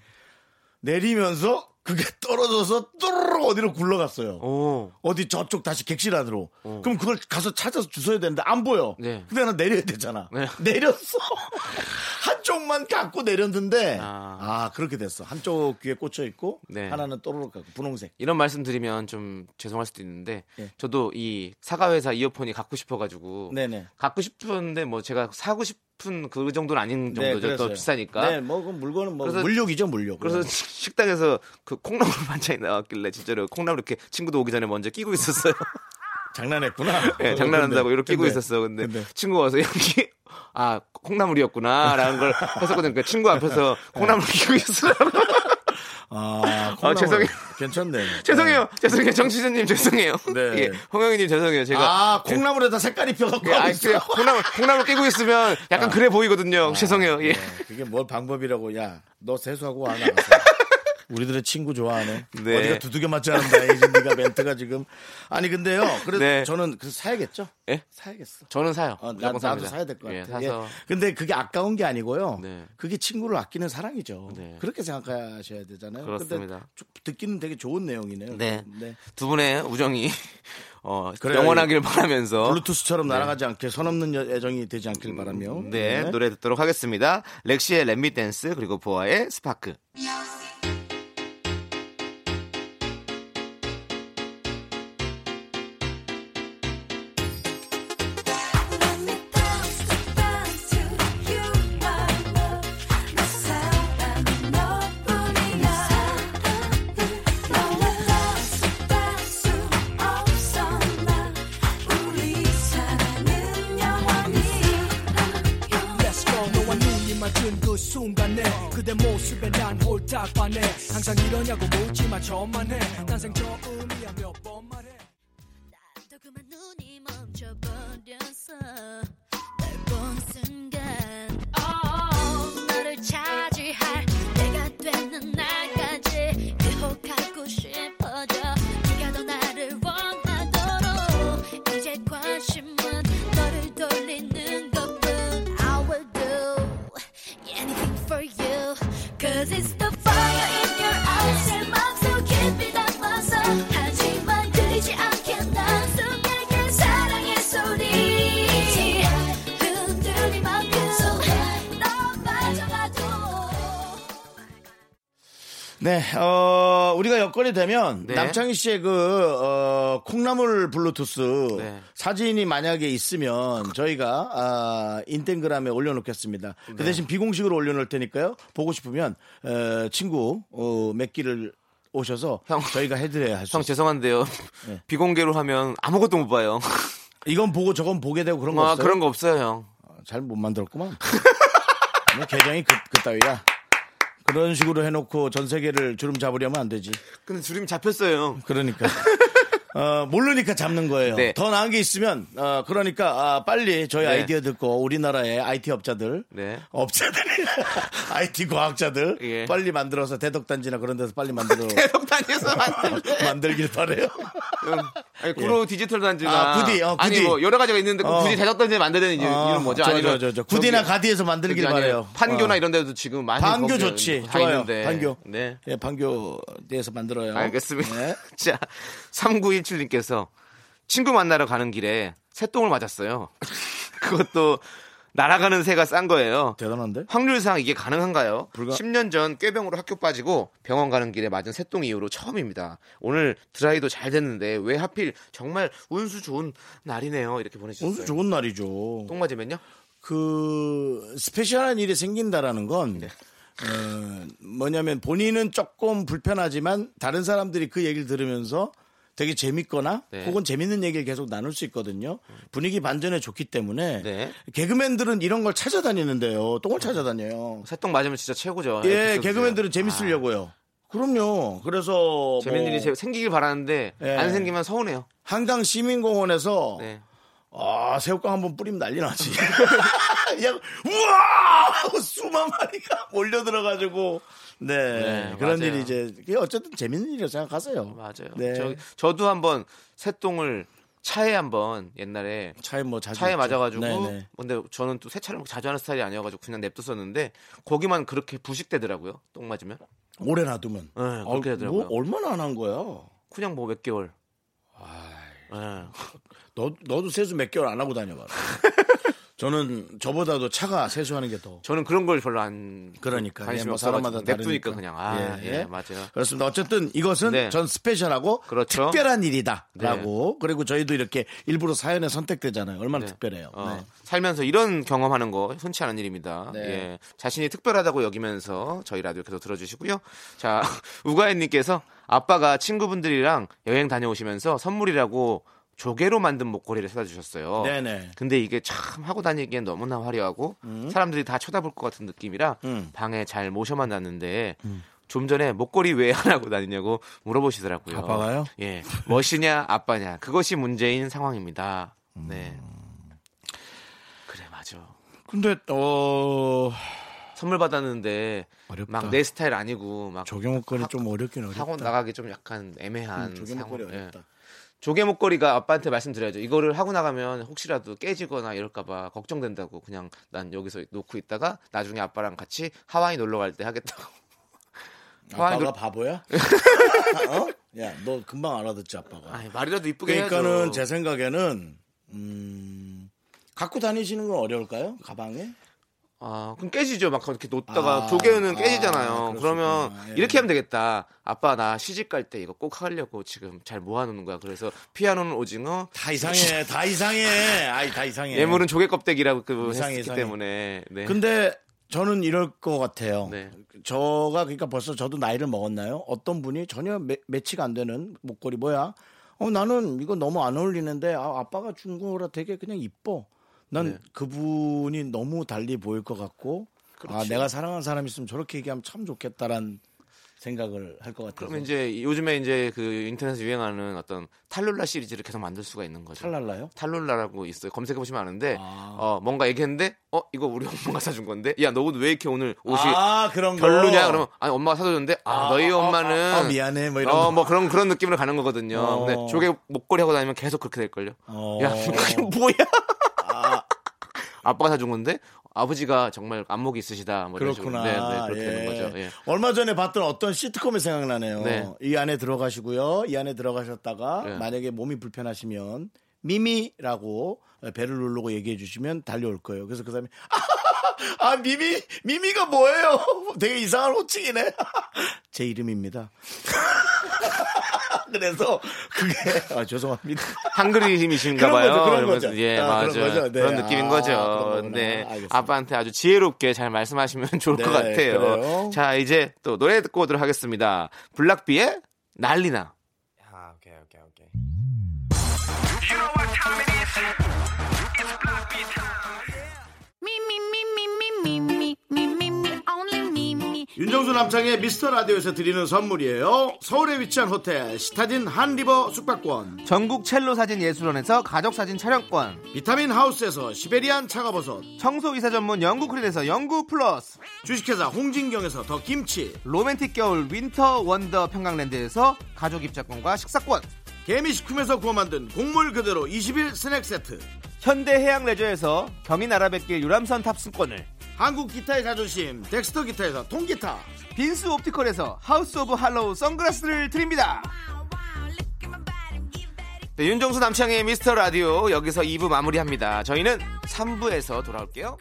Speaker 1: 내리면서 그게 떨어져서 뚜루루 어디로 굴러갔어요.
Speaker 2: 오.
Speaker 1: 어디 저쪽 다시 객실 안으로. 그럼 그걸 가서 찾아서 주워야 되는데 안 보여.
Speaker 2: 어. 네.
Speaker 1: 근데 나 내려야 되잖아.
Speaker 2: 네.
Speaker 1: (laughs) 내렸어. 한쪽만 갖고 내렸는데 아.
Speaker 2: 아.
Speaker 1: 그렇게 됐어. 한쪽 귀에 꽂혀 있고
Speaker 2: 네.
Speaker 1: 하나는 또르르 갖고 분홍색.
Speaker 2: 이런 말씀 드리면 좀 죄송할 수도 있는데
Speaker 1: 예.
Speaker 2: 저도 이 사과회사 이어폰이 갖고 싶어가지고
Speaker 1: 네네.
Speaker 2: 갖고 싶은데 뭐 제가 사고 싶은 그 정도는 아닌
Speaker 1: 네,
Speaker 2: 정도죠. 더
Speaker 1: 그랬어요.
Speaker 2: 비싸니까.
Speaker 1: 네, 뭐 그건 물건은 뭐
Speaker 2: 그래서-
Speaker 1: 물욕이죠, 물욕. 네.
Speaker 2: 그래서 (laughs) 식당에서 그 콩나물 반찬이 나왔길래 진짜로 콩나물 이렇게 친구도 오기 전에 먼저 끼고 있었어요. (laughs)
Speaker 1: 장난했구나.
Speaker 2: 예, 장난한다고
Speaker 1: 근데, 네.
Speaker 2: 이렇게 끼고
Speaker 1: 근데,
Speaker 2: 있었어. 근데,
Speaker 1: 근데.
Speaker 2: 친구가 와서 여기 아 콩나물이었구나라는 걸 했었거든요. 그 친구 앞에서
Speaker 1: 네.
Speaker 2: 콩나물 끼고 있으라고.
Speaker 1: 아,
Speaker 2: 아, 죄송해요.
Speaker 1: 괜찮네.
Speaker 2: (laughs) (laughs) 죄송해요. 죄송해요. 정치자님 죄송해요.
Speaker 1: 네.
Speaker 2: 예, 홍영희님 죄송해요. 제가
Speaker 1: 아, 콩나물에다 색깔 입혀갖고.
Speaker 2: 예,
Speaker 1: 하고
Speaker 2: 아니,
Speaker 1: 있어.
Speaker 2: 그냥 콩나물 콩나물 끼고 있으면 약간 그래 보이거든요. 죄송해요. 예.
Speaker 1: 네, 그게 뭘 방법이라고. 야, 너 세수하고 와, 나가서.
Speaker 2: (laughs)
Speaker 1: 우리들의 친구 좋아하네.
Speaker 2: 네.
Speaker 1: 어디가 두들겨 맞지 않는다. 이제 네가 멘트가 지금. 아니, 근데요. 그래도
Speaker 2: 네.
Speaker 1: 저는 그래서 사야겠죠?
Speaker 2: 예?
Speaker 1: 사야겠어.
Speaker 2: 저는 사요.
Speaker 1: 어, 나,
Speaker 2: 무조건
Speaker 1: 나도
Speaker 2: 삽니다.
Speaker 1: 사야 될 것 같아.
Speaker 2: 예, 사서
Speaker 1: 예. 근데 그게 아까운 게 아니고요.
Speaker 2: 네.
Speaker 1: 그게 친구를 아끼는 사랑이죠.
Speaker 2: 네.
Speaker 1: 그렇게 생각하셔야 되잖아요. 근데
Speaker 2: 그렇습니다.
Speaker 1: 쭉 듣기는 되게 좋은 예. 내용이네요.
Speaker 2: 네. 두 분의 우정이 어,
Speaker 1: 그래요.
Speaker 2: 영원하길 바라면서
Speaker 1: 블루투스처럼 날아가지 않게 선 없는 여- 애정이 되지 않길 바라며.
Speaker 2: 네, 노래 듣도록 하겠습니다. 렉시의 렛미 댄스 그리고 보아의 스파크.
Speaker 8: Let's go 너와 눈이 맞춘 그 순간에 그대 모습에 난 홀딱 반해 항상 이러냐고 묻지마 저만 해난 생 처음이야 몇 번 말해
Speaker 3: 나도 그만 눈이 멈춰버렸어 넓은 순간 oh, 너를 차지할 내가 되는 날까지 기억하고 싶어져 네가 더 나를 원하도록 이제 관심은 너를 돌리는 것뿐 I will do anything for you Cause it's the fire in your eyes 제 맘속 깊이 담아서
Speaker 1: 네, 어, 우리가 여건이 되면
Speaker 2: 네.
Speaker 1: 남창희 씨의 그, 어, 콩나물 블루투스
Speaker 2: 네.
Speaker 1: 사진이 만약에 있으면 저희가, 아, 인텐그램에 올려놓겠습니다.
Speaker 2: 네.
Speaker 1: 그 대신 비공식으로 올려놓을 테니까요. 보고 싶으면, 어, 친구, 어, 몇 끼를 오셔서
Speaker 2: 형.
Speaker 1: 저희가 해드려야 할수
Speaker 2: 형 죄송한데요.
Speaker 1: 네.
Speaker 2: (laughs) 비공개로 하면 아무것도 못 봐요. (laughs)
Speaker 1: 이건 보고 저건 보게 되고 그런 거
Speaker 2: 아,
Speaker 1: 없어요?
Speaker 2: 그런 거 없어요, 형.
Speaker 1: 잘 못 만들었구만. (laughs) 뭐 계정이 그, 그따위야. 그런 식으로 해놓고 전 세계를 주름 잡으려면 안 되지.
Speaker 2: 근데 주름 잡혔어요. (laughs)
Speaker 1: 그러니까. 어, 모르니까 잡는 거예요.
Speaker 2: 네.
Speaker 1: 더 나은 게 있으면, 어, 그러니까, 아, 빨리 저희
Speaker 2: 네.
Speaker 1: 아이디어 듣고 우리나라의 IT 업자들,
Speaker 2: 네.
Speaker 1: 업자들이, (laughs) IT 과학자들,
Speaker 2: 예.
Speaker 1: 빨리 만들어서 대덕단지나 그런 데서 빨리
Speaker 2: (laughs)
Speaker 1: 만들어,
Speaker 2: 계속 다녀서
Speaker 1: (laughs)
Speaker 2: 만들.
Speaker 1: 만들길 바래요
Speaker 2: 아니, 구로 디지털 단지나.
Speaker 1: 아, 구디, 어,
Speaker 2: 아니,
Speaker 1: 구디.
Speaker 2: 뭐, 여러 가지가 있는데,
Speaker 1: 어.
Speaker 2: 어. 굳이 대작 단지 만드는 이유-
Speaker 1: 어,
Speaker 2: 이유는 뭐죠?
Speaker 1: 저, 저,
Speaker 2: 아니면.
Speaker 1: 저, 저. 구디나
Speaker 2: 저기-
Speaker 1: 가디에서 만들길
Speaker 2: 저기 아니에요.
Speaker 1: 바래요
Speaker 2: 판교나
Speaker 1: 어.
Speaker 2: 이런 데도 지금 많이.
Speaker 1: 반교
Speaker 2: 거기
Speaker 1: 좋지.
Speaker 2: 다
Speaker 1: 좋아요.
Speaker 2: 있는데.
Speaker 1: 반교.
Speaker 2: 네.
Speaker 1: 예, 반교에서 만들어요.
Speaker 2: 알겠습니다.
Speaker 1: 네.
Speaker 2: (laughs) 자, 3917님께서 친구 만나러 가는 길에 새똥을 맞았어요. (laughs) 그것도 날아가는 새가 싼 거예요. (laughs)
Speaker 1: 대단한데?
Speaker 2: 확률상 이게 가능한가요?
Speaker 1: 불가-
Speaker 2: 10년 전 꾀병으로 학교 빠지고 병원 가는 길에 맞은 새똥 이후로 처음입니다. 오늘 드라이도 잘 됐는데 왜 하필 정말 운수 좋은 날이네요. 이렇게 보내주셨어요.
Speaker 1: 오늘 좋은 날이죠.
Speaker 2: 똥 맞으면요?
Speaker 1: 그 스페셜한 일이 생긴다라는 건
Speaker 2: 네.
Speaker 1: 어, 뭐냐면 본인은 조금 불편하지만 다른 사람들이 그 얘기를 들으면서 되게 재밌거나
Speaker 2: 네.
Speaker 1: 혹은 재밌는 얘기를 계속 나눌 수 있거든요. 분위기 반전에 좋기 때문에
Speaker 2: 네.
Speaker 1: 개그맨들은 이런 걸 찾아다니는데요. 똥을 찾아다녀요.
Speaker 2: 새똥 맞으면 진짜 최고죠.
Speaker 1: 예,
Speaker 2: 에피소드죠.
Speaker 1: 개그맨들은 재밌으려고요. 그럼요. 그래서
Speaker 2: 아, 재밌는
Speaker 1: 뭐
Speaker 2: 일이 제- 생기길 바라는데
Speaker 1: 예. 어.
Speaker 2: 안 생기면 서운해요.
Speaker 1: 한강 시민공원에서
Speaker 2: 네.
Speaker 1: 아, 새우깡 한번 뿌리면 난리 나지. (laughs) 그냥, 우와! 하고 수만 마리가 몰려들어가지고. 네.
Speaker 2: 네,
Speaker 1: 그런
Speaker 2: 맞아요.
Speaker 1: 일이 이제, 그게 어쨌든 재밌는 일이라고 생각하세요.
Speaker 2: 맞아요.
Speaker 1: 네.
Speaker 2: 저, 저도 한번 새똥을 차에 한번 옛날에
Speaker 1: 차에 뭐 자주.
Speaker 2: 차에
Speaker 1: 있죠.
Speaker 2: 맞아가지고
Speaker 1: 네, 네.
Speaker 2: 근데 저는 또 세차를 자주 하는 스타일이 아니어가지고 그냥 냅뒀었는데 거기만 그렇게 부식되더라고요 똥 맞으면
Speaker 1: 오래 놔두면.
Speaker 2: 네, 그렇게
Speaker 1: 어우,
Speaker 2: 되더라고요.
Speaker 1: 뭐 얼마나 안 한 거야?
Speaker 2: 그냥 뭐 몇 개월 네.
Speaker 1: 너, 너도 세수 몇 개월 안 하고
Speaker 2: (laughs)
Speaker 1: 다녀봐. 저는 저보다도 차가 세수하는 게 더.
Speaker 2: 저는 그런 걸 별로 안
Speaker 1: 그러니까
Speaker 2: 관심이
Speaker 1: 예, 뭐
Speaker 2: 없어가지고
Speaker 1: 사람마다
Speaker 2: 냅두니까
Speaker 1: 다르니까.
Speaker 2: 그냥 아 예 맞아요
Speaker 1: 그렇습니다. 어쨌든 이것은
Speaker 2: 네.
Speaker 1: 전 스페셜하고
Speaker 2: 그렇죠.
Speaker 1: 특별한 일이다라고 그리고 저희도 이렇게 일부러 사연에 선택되잖아요. 얼마나
Speaker 2: 네.
Speaker 1: 특별해요.
Speaker 2: 어,
Speaker 1: 네.
Speaker 2: 살면서 이런 경험하는 거 흔치 않은 일입니다.
Speaker 1: 네.
Speaker 2: 예. 자신이 특별하다고 여기면서 저희 라디오 계속 들어주시고요. 자, (laughs) 우가인님께서 아빠가 친구분들이랑 여행 다녀오시면서 선물이라고 조개로 만든 목걸이를 사다 주셨어요.
Speaker 1: 네네.
Speaker 2: 근데 이게 참 하고 다니기엔 너무나 화려하고 사람들이 다 쳐다볼 것 같은 느낌이라
Speaker 1: 음.
Speaker 2: 방에 잘 모셔만 놨는데 좀 전에 목걸이 왜 안 하고 다니냐고 물어보시더라고요.
Speaker 1: 아빠가요?
Speaker 2: 예. 멋이냐 아빠냐 그것이 문제인 상황입니다.
Speaker 1: 음.
Speaker 2: 네. 그래 맞아.
Speaker 1: 근데 어
Speaker 2: 선물 받았는데
Speaker 1: 어렵다.
Speaker 2: 막 내 스타일 아니고 막
Speaker 1: 조경목걸이좀 어렵긴 어렵다. 음,
Speaker 2: 하고 나가기 좀 약간 애매한
Speaker 1: 조경목걸이
Speaker 2: 상황. 예.
Speaker 1: 어렵다.
Speaker 2: 조개 목걸이가 아빠한테 말씀드려야죠. 이거를 하고 나가면 혹시라도 깨지거나 이럴까봐 걱정된다고 그냥 난 여기서 놓고 있다가 나중에 아빠랑 같이 하와이 놀러 갈 때 하겠다고. 하와이
Speaker 1: 아빠가
Speaker 2: 놀...
Speaker 1: 바보야? 어? 야, 너 금방 알아듣지 아빠가.
Speaker 2: (laughs) 아, 아니, 말이라도 이쁘게
Speaker 1: 그러니까는
Speaker 2: 해야죠.
Speaker 1: 제 생각에는 음, 갖고 다니시는 건 어려울까요? 가방에?
Speaker 2: 아, 그럼 깨지죠. 막 그렇게 놓다가
Speaker 1: 아,
Speaker 2: 조개는
Speaker 1: 아,
Speaker 2: 깨지잖아요.
Speaker 1: 그럴 수
Speaker 2: 그러면
Speaker 1: 있구나. 예.
Speaker 2: 이렇게 하면 되겠다. 아빠 나 시집 갈 때 이거 꼭 하려고 지금 잘 모아놓는 거야. 그래서 피아노는 오징어,
Speaker 1: 다 이상해, 다 이상해. 아이, 다 이상해.
Speaker 2: 예물은 조개 껍데기라고 그
Speaker 1: 이상해,
Speaker 2: 했기
Speaker 1: 이상해.
Speaker 2: 때문에. 네.
Speaker 1: 근데 저는 이럴 것 같아요.
Speaker 2: 네.
Speaker 1: 저가 그러니까 벌써 저도 나이를 먹었나요? 어떤 분이 전혀 매, 매치가 안 되는 목걸이 뭐야? 어 나는 이거 너무 안 어울리는데 아, 아빠가 준 거라 되게 그냥 이뻐. 난
Speaker 2: 네.
Speaker 1: 그분이 너무 달리 보일 것 같고
Speaker 2: 그렇죠.
Speaker 1: 아 내가 사랑하는 사람 이 있으면 저렇게 얘기하면 참 좋겠다란 생각을 할 것 같아서
Speaker 2: 그럼 이제 요즘에 이제 그 인터넷에 유행하는 어떤 탈룰라 시리즈를 계속 만들 수가 있는
Speaker 1: 아,
Speaker 2: 거죠.
Speaker 1: 찰랄라요?
Speaker 2: 탈룰라라고 있어요. 검색해 보시면 아는데 어, 뭔가 얘기했는데 어 이거 우리 엄마가 사준 건데 야 너 왜 이렇게 오늘 옷이
Speaker 1: 아 그런 거
Speaker 2: 별로냐 그러면 아니 엄마가 사줬는데 아, 너희 엄마는
Speaker 1: 아, 아, 미안해 뭐 이런
Speaker 2: 어,
Speaker 1: 거.
Speaker 2: 뭐 그런 그런 느낌으로 가는 거거든요.
Speaker 1: 어.
Speaker 2: 근데 조개 목걸이 하고 다니면 계속 그렇게 될 걸요.
Speaker 1: 어.
Speaker 2: 야 (laughs) 그게 뭐야? 아빠가 사준 건데 아버지가 정말 안목이 있으시다. 뭐 이런 식으로.
Speaker 1: 그렇구나.
Speaker 2: 네, 네, 그렇게 되는 거죠. 예.
Speaker 1: 얼마 전에 봤던 어떤 시트콤이 생각나네요.
Speaker 2: 네.
Speaker 1: 이 안에 들어가시고요. 이 안에 들어가셨다가
Speaker 2: 예.
Speaker 1: 만약에 몸이 불편하시면 미미라고 배를 누르고 얘기해 주시면 달려올 거예요. 그래서 그 사람이 (laughs) 아, 미미, 미미가 뭐예요? (laughs) 되게 이상한 호칭이네. (laughs) 제 이름입니다. (laughs) 그래서 그게 아 죄송합니다.
Speaker 2: 한글이심이신가
Speaker 1: 그런
Speaker 2: 봐요.
Speaker 1: 거죠, 그런
Speaker 2: 이러면서.
Speaker 1: 거죠.
Speaker 2: 예,
Speaker 1: 아,
Speaker 2: 맞아요.
Speaker 1: 그런
Speaker 2: 그런,
Speaker 1: 거죠. 네.
Speaker 2: 느낌인
Speaker 1: 아, 그런
Speaker 2: 거죠.
Speaker 1: 거구나.
Speaker 2: 네.
Speaker 1: 알겠습니다.
Speaker 2: 아빠한테 아주 지혜롭게 잘 말씀하시면 (laughs) 좋을
Speaker 1: 네,
Speaker 2: 것 같아요.
Speaker 1: 그래요.
Speaker 2: 자, 이제 또 노래 듣고 오도록 하겠습니다. 블락비의 난리나.
Speaker 9: 아, 오케이, 오케이, 오케이.
Speaker 3: Me, me, me, me, me, me, me, me, me, me, only me, me.
Speaker 1: 윤정수 남창의 미스터 라디오에서 드리는 선물이에요. 서울에 위치한 호텔 시타딘 한리버 숙박권,
Speaker 2: 전국 첼로 사진 예술원에서 가족 사진 촬영권.
Speaker 1: 비타민 하우스에서 시베리안 차가버섯,
Speaker 2: 청소 이사 전문 영국 크린에서 영구 플러스.
Speaker 1: 주식회사 홍진경에서 더 김치,
Speaker 2: 로맨틱 겨울 윈터 원더 평강랜드에서 가족 입자권과 식사권.
Speaker 1: 개미식품에서 구워 만든 곡물 그대로 20일 스낵 세트,
Speaker 2: 현대 해양 레저에서 경인 아라뱃길 유람선 탑승권을.
Speaker 1: 한국 기타의 자존심 덱스터 기타에서 통기타,
Speaker 2: 빈스 옵티컬에서 하우스 오브 할로우 선글라스를 드립니다. 네, 윤정수 남창의 미스터 라디오 여기서 2부 마무리합니다. 저희는 3부에서 돌아올게요.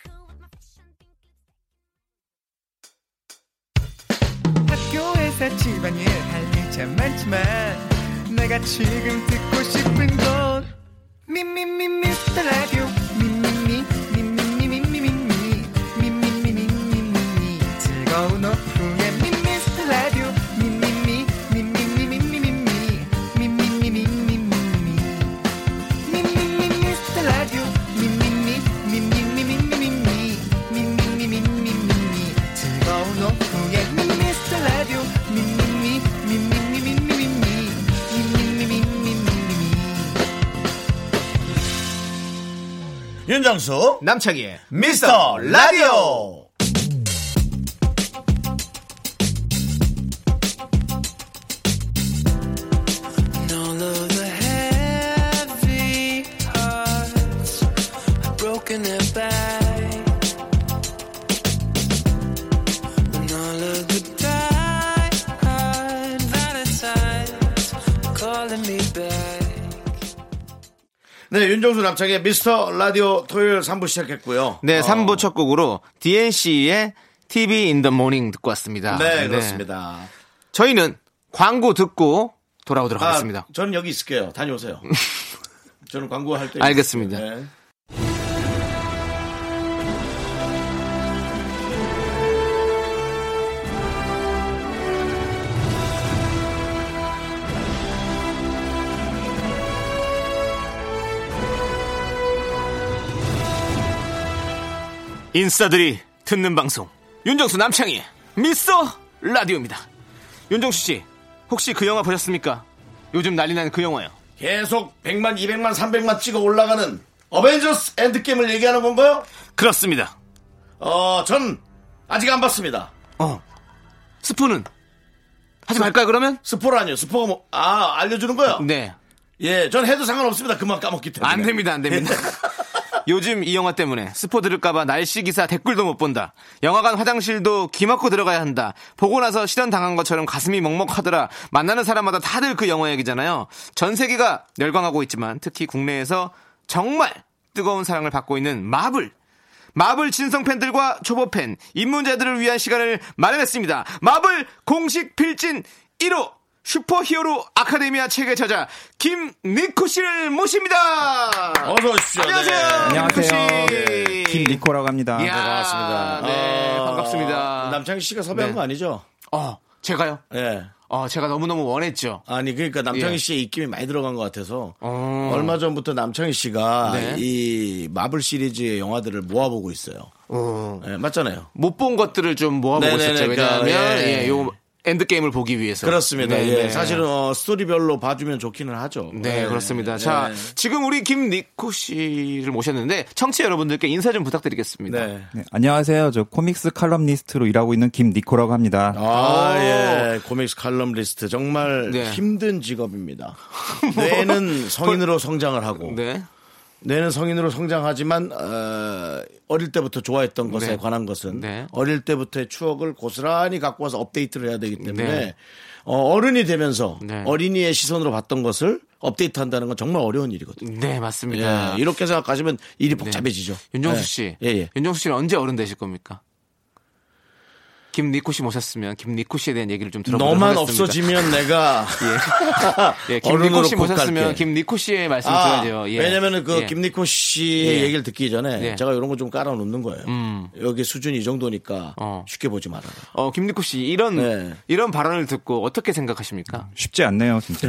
Speaker 10: 학교에서 집안일 할 일 참 많지만 내가 지금 듣고 싶은 건 미미미 미스터 라디오 미미미 미미미미미미 미미미미미미 즐거운 오후에 미스터 라디오 미미미 미미미미미미 미미미미미미 미미미 미스터 라디오 미미미 미미미미미미 미미미미미미 즐거운 오후에 미스터 라디오 미미미 미미미미미미 미미미미미미
Speaker 1: 윤정수
Speaker 2: 남창희의
Speaker 1: 미스터 라디오.
Speaker 8: all of the heavy hearts are broken their back. And all of the diehard Valentines are calling me back.
Speaker 1: 네, 윤정수 남창의 미스터 라디오 토요일 3부 시작했고요.
Speaker 2: 네,
Speaker 1: 어,
Speaker 2: 3부 첫 곡으로 DNC의 TV in the morning 듣고 왔습니다.
Speaker 1: 네, 그렇습니다.
Speaker 2: 저희는 광고 듣고 돌아오도록 하겠습니다.
Speaker 1: 아, 저는 여기 있을게요.
Speaker 2: (laughs)
Speaker 1: 다녀오세요. 저는 광고할 때.
Speaker 2: 알겠습니다.
Speaker 1: 네.
Speaker 2: 인싸들이 듣는 방송 윤정수 남창희 미스터 라디오입니다. 윤정수 씨 혹시 그 영화 보셨습니까? 요즘 난리 나는 그 영화요.
Speaker 1: 계속 100만, 200만, 300만 찍어 올라가는 어벤져스 엔드게임을 얘기하는 건가요?
Speaker 2: 그렇습니다.
Speaker 1: 어, 전 아직 안 봤습니다.
Speaker 2: 어 스포는 하지 말까요 그러면?
Speaker 1: 스포라니요. 스포가 뭐, 아, 알려주는 거요?
Speaker 2: 네.
Speaker 1: 예, 전 해도 상관없습니다. 그만 까먹기 때문에.
Speaker 2: 안 됩니다, 안 됩니다. (laughs) 요즘 이 영화 때문에 스포 들을까봐 날씨 기사 댓글도 못 본다. 영화관 화장실도 귀 막고 들어가야 한다. 보고 나서 실현 당한 것처럼 가슴이 먹먹하더라. 만나는 사람마다 다들 그 영화 얘기잖아요. 전 세계가 열광하고 있지만 특히 국내에서 정말 뜨거운 사랑을 받고 있는 마블. 마블 진성 팬들과 초보 팬, 입문자들을 위한 시간을 마련했습니다. 마블 공식 필진 1호 슈퍼 히어로 아카데미아 책의 저자 김니코 씨를 모십니다.
Speaker 1: (laughs) 어서 오십시오.
Speaker 2: 안녕하세요.
Speaker 1: 네.
Speaker 2: 김니코 씨.
Speaker 10: 김니코라고 합니다.
Speaker 2: 이야, 반갑습니다. 네,
Speaker 1: 어,
Speaker 2: 반갑습니다.
Speaker 1: 남창희 씨가 섭외한
Speaker 2: 네.
Speaker 1: 거 아니죠?
Speaker 2: 어, 제가요?
Speaker 1: 예.
Speaker 2: 어, 제가 너무너무 원했죠.
Speaker 1: 아니 그러니까 남창희
Speaker 2: 예.
Speaker 1: 씨의 입김이 많이 들어간 것 같아서
Speaker 2: 어.
Speaker 1: 얼마 전부터 남창희 씨가
Speaker 2: 네.
Speaker 1: 이 마블 시리즈의 영화들을 모아보고 있어요. 예, 맞잖아요.
Speaker 2: 못 본 것들을 좀 모아보고
Speaker 1: 네네네,
Speaker 2: 있었죠. 왜냐하면
Speaker 1: 그러니까, 예.
Speaker 2: 예, 요 엔드 게임을 보기 위해서.
Speaker 1: 그렇습니다.
Speaker 2: 네,
Speaker 1: 예,
Speaker 2: 네.
Speaker 1: 사실은 어, 스토리별로 봐주면 좋기는 하죠.
Speaker 2: 네,
Speaker 1: 예.
Speaker 2: 그렇습니다.
Speaker 1: 예.
Speaker 2: 자, 지금 우리 김니코 씨를 모셨는데 청취자 여러분들께 인사 좀 부탁드리겠습니다.
Speaker 1: 네.
Speaker 10: 네, 안녕하세요. 저 코믹스 칼럼니스트로 일하고 있는 김니코라고 합니다.
Speaker 1: 아,
Speaker 2: 오.
Speaker 1: 예. 코믹스 칼럼 리스트. 정말
Speaker 2: 네.
Speaker 1: 힘든 직업입니다.
Speaker 10: (laughs)
Speaker 1: 뇌는 성인으로 성장을 하고,
Speaker 2: 네.
Speaker 1: 뇌는 성인으로 성장하지만, 어, 어릴 때부터 좋아했던 것에
Speaker 2: 네.
Speaker 1: 관한 것은
Speaker 2: 네.
Speaker 1: 어릴 때부터의 추억을 고스란히 갖고 와서 업데이트를 해야 되기 때문에
Speaker 2: 네.
Speaker 1: 어, 어른이 되면서
Speaker 2: 네.
Speaker 1: 어린이의 시선으로 봤던 것을 업데이트한다는 건 정말 어려운 일이거든요.
Speaker 2: 네,
Speaker 1: 예,
Speaker 2: 맞습니다.
Speaker 1: 이렇게 생각하시면
Speaker 10: 네.
Speaker 1: 일이 복잡해지죠.
Speaker 2: 윤정수
Speaker 1: 예.
Speaker 2: 씨.
Speaker 1: 예, 예.
Speaker 2: 윤정수 씨는 언제 어른 되실 겁니까? 김니코 씨 모셨으면 김니코 씨에 대한 얘기를 좀 들어보도록
Speaker 1: 너만
Speaker 2: 하겠습니다.
Speaker 1: 없어지면 내가
Speaker 2: (laughs) 예,
Speaker 1: 어른으로
Speaker 2: 김니코 씨
Speaker 1: 복갈게.
Speaker 2: 모셨으면 김니코 씨의 말씀
Speaker 1: 아,
Speaker 2: 들어야죠. 예.
Speaker 1: 왜냐면은 그
Speaker 2: 예.
Speaker 1: 김니코 씨의
Speaker 2: 예.
Speaker 1: 얘기를 듣기 전에
Speaker 2: 예.
Speaker 1: 제가 이런 거 좀 깔아 놓는 거예요.
Speaker 2: 음.
Speaker 1: 여기 수준이 이 정도니까
Speaker 2: 어.
Speaker 1: 쉽게 보지 말아라.
Speaker 2: 어, 김니코 씨 이런
Speaker 1: 네.
Speaker 2: 이런 발언을 듣고 어떻게 생각하십니까?
Speaker 10: 쉽지 않네요, 진짜.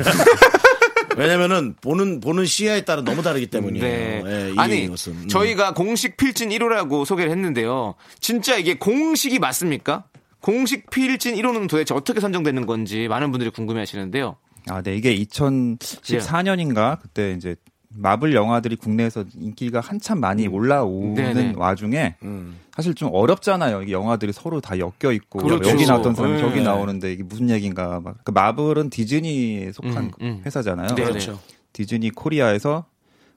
Speaker 1: 왜냐면은 보는 보는 시야에 따라 너무 다르기 때문이에요. 예, 이
Speaker 2: 네. 아니
Speaker 1: 것은. 음.
Speaker 2: 저희가 공식 필진 1호라고 소개를 했는데요. 진짜 이게 공식이 맞습니까? 공식 필진 1호는 도대체 어떻게 선정되는 건지 많은 분들이 궁금해하시는데요.
Speaker 10: 아, 네. 이게 2014년인가
Speaker 2: 예.
Speaker 10: 그때 이제 마블 영화들이 국내에서 인기가 한참 많이 올라오는
Speaker 2: 네네. 음.
Speaker 10: 와중에 사실 좀 어렵잖아요. 이 영화들이 서로 다 엮여 있고
Speaker 2: 그렇죠.
Speaker 10: 여기 나왔던 사람
Speaker 2: 네.
Speaker 10: 이 저기 나오는데 이게 무슨 얘기인가 막. 그 마블은 디즈니에 속한
Speaker 2: 음, 음.
Speaker 10: 회사잖아요.
Speaker 2: 네네.
Speaker 1: 그렇죠.
Speaker 10: 디즈니 코리아에서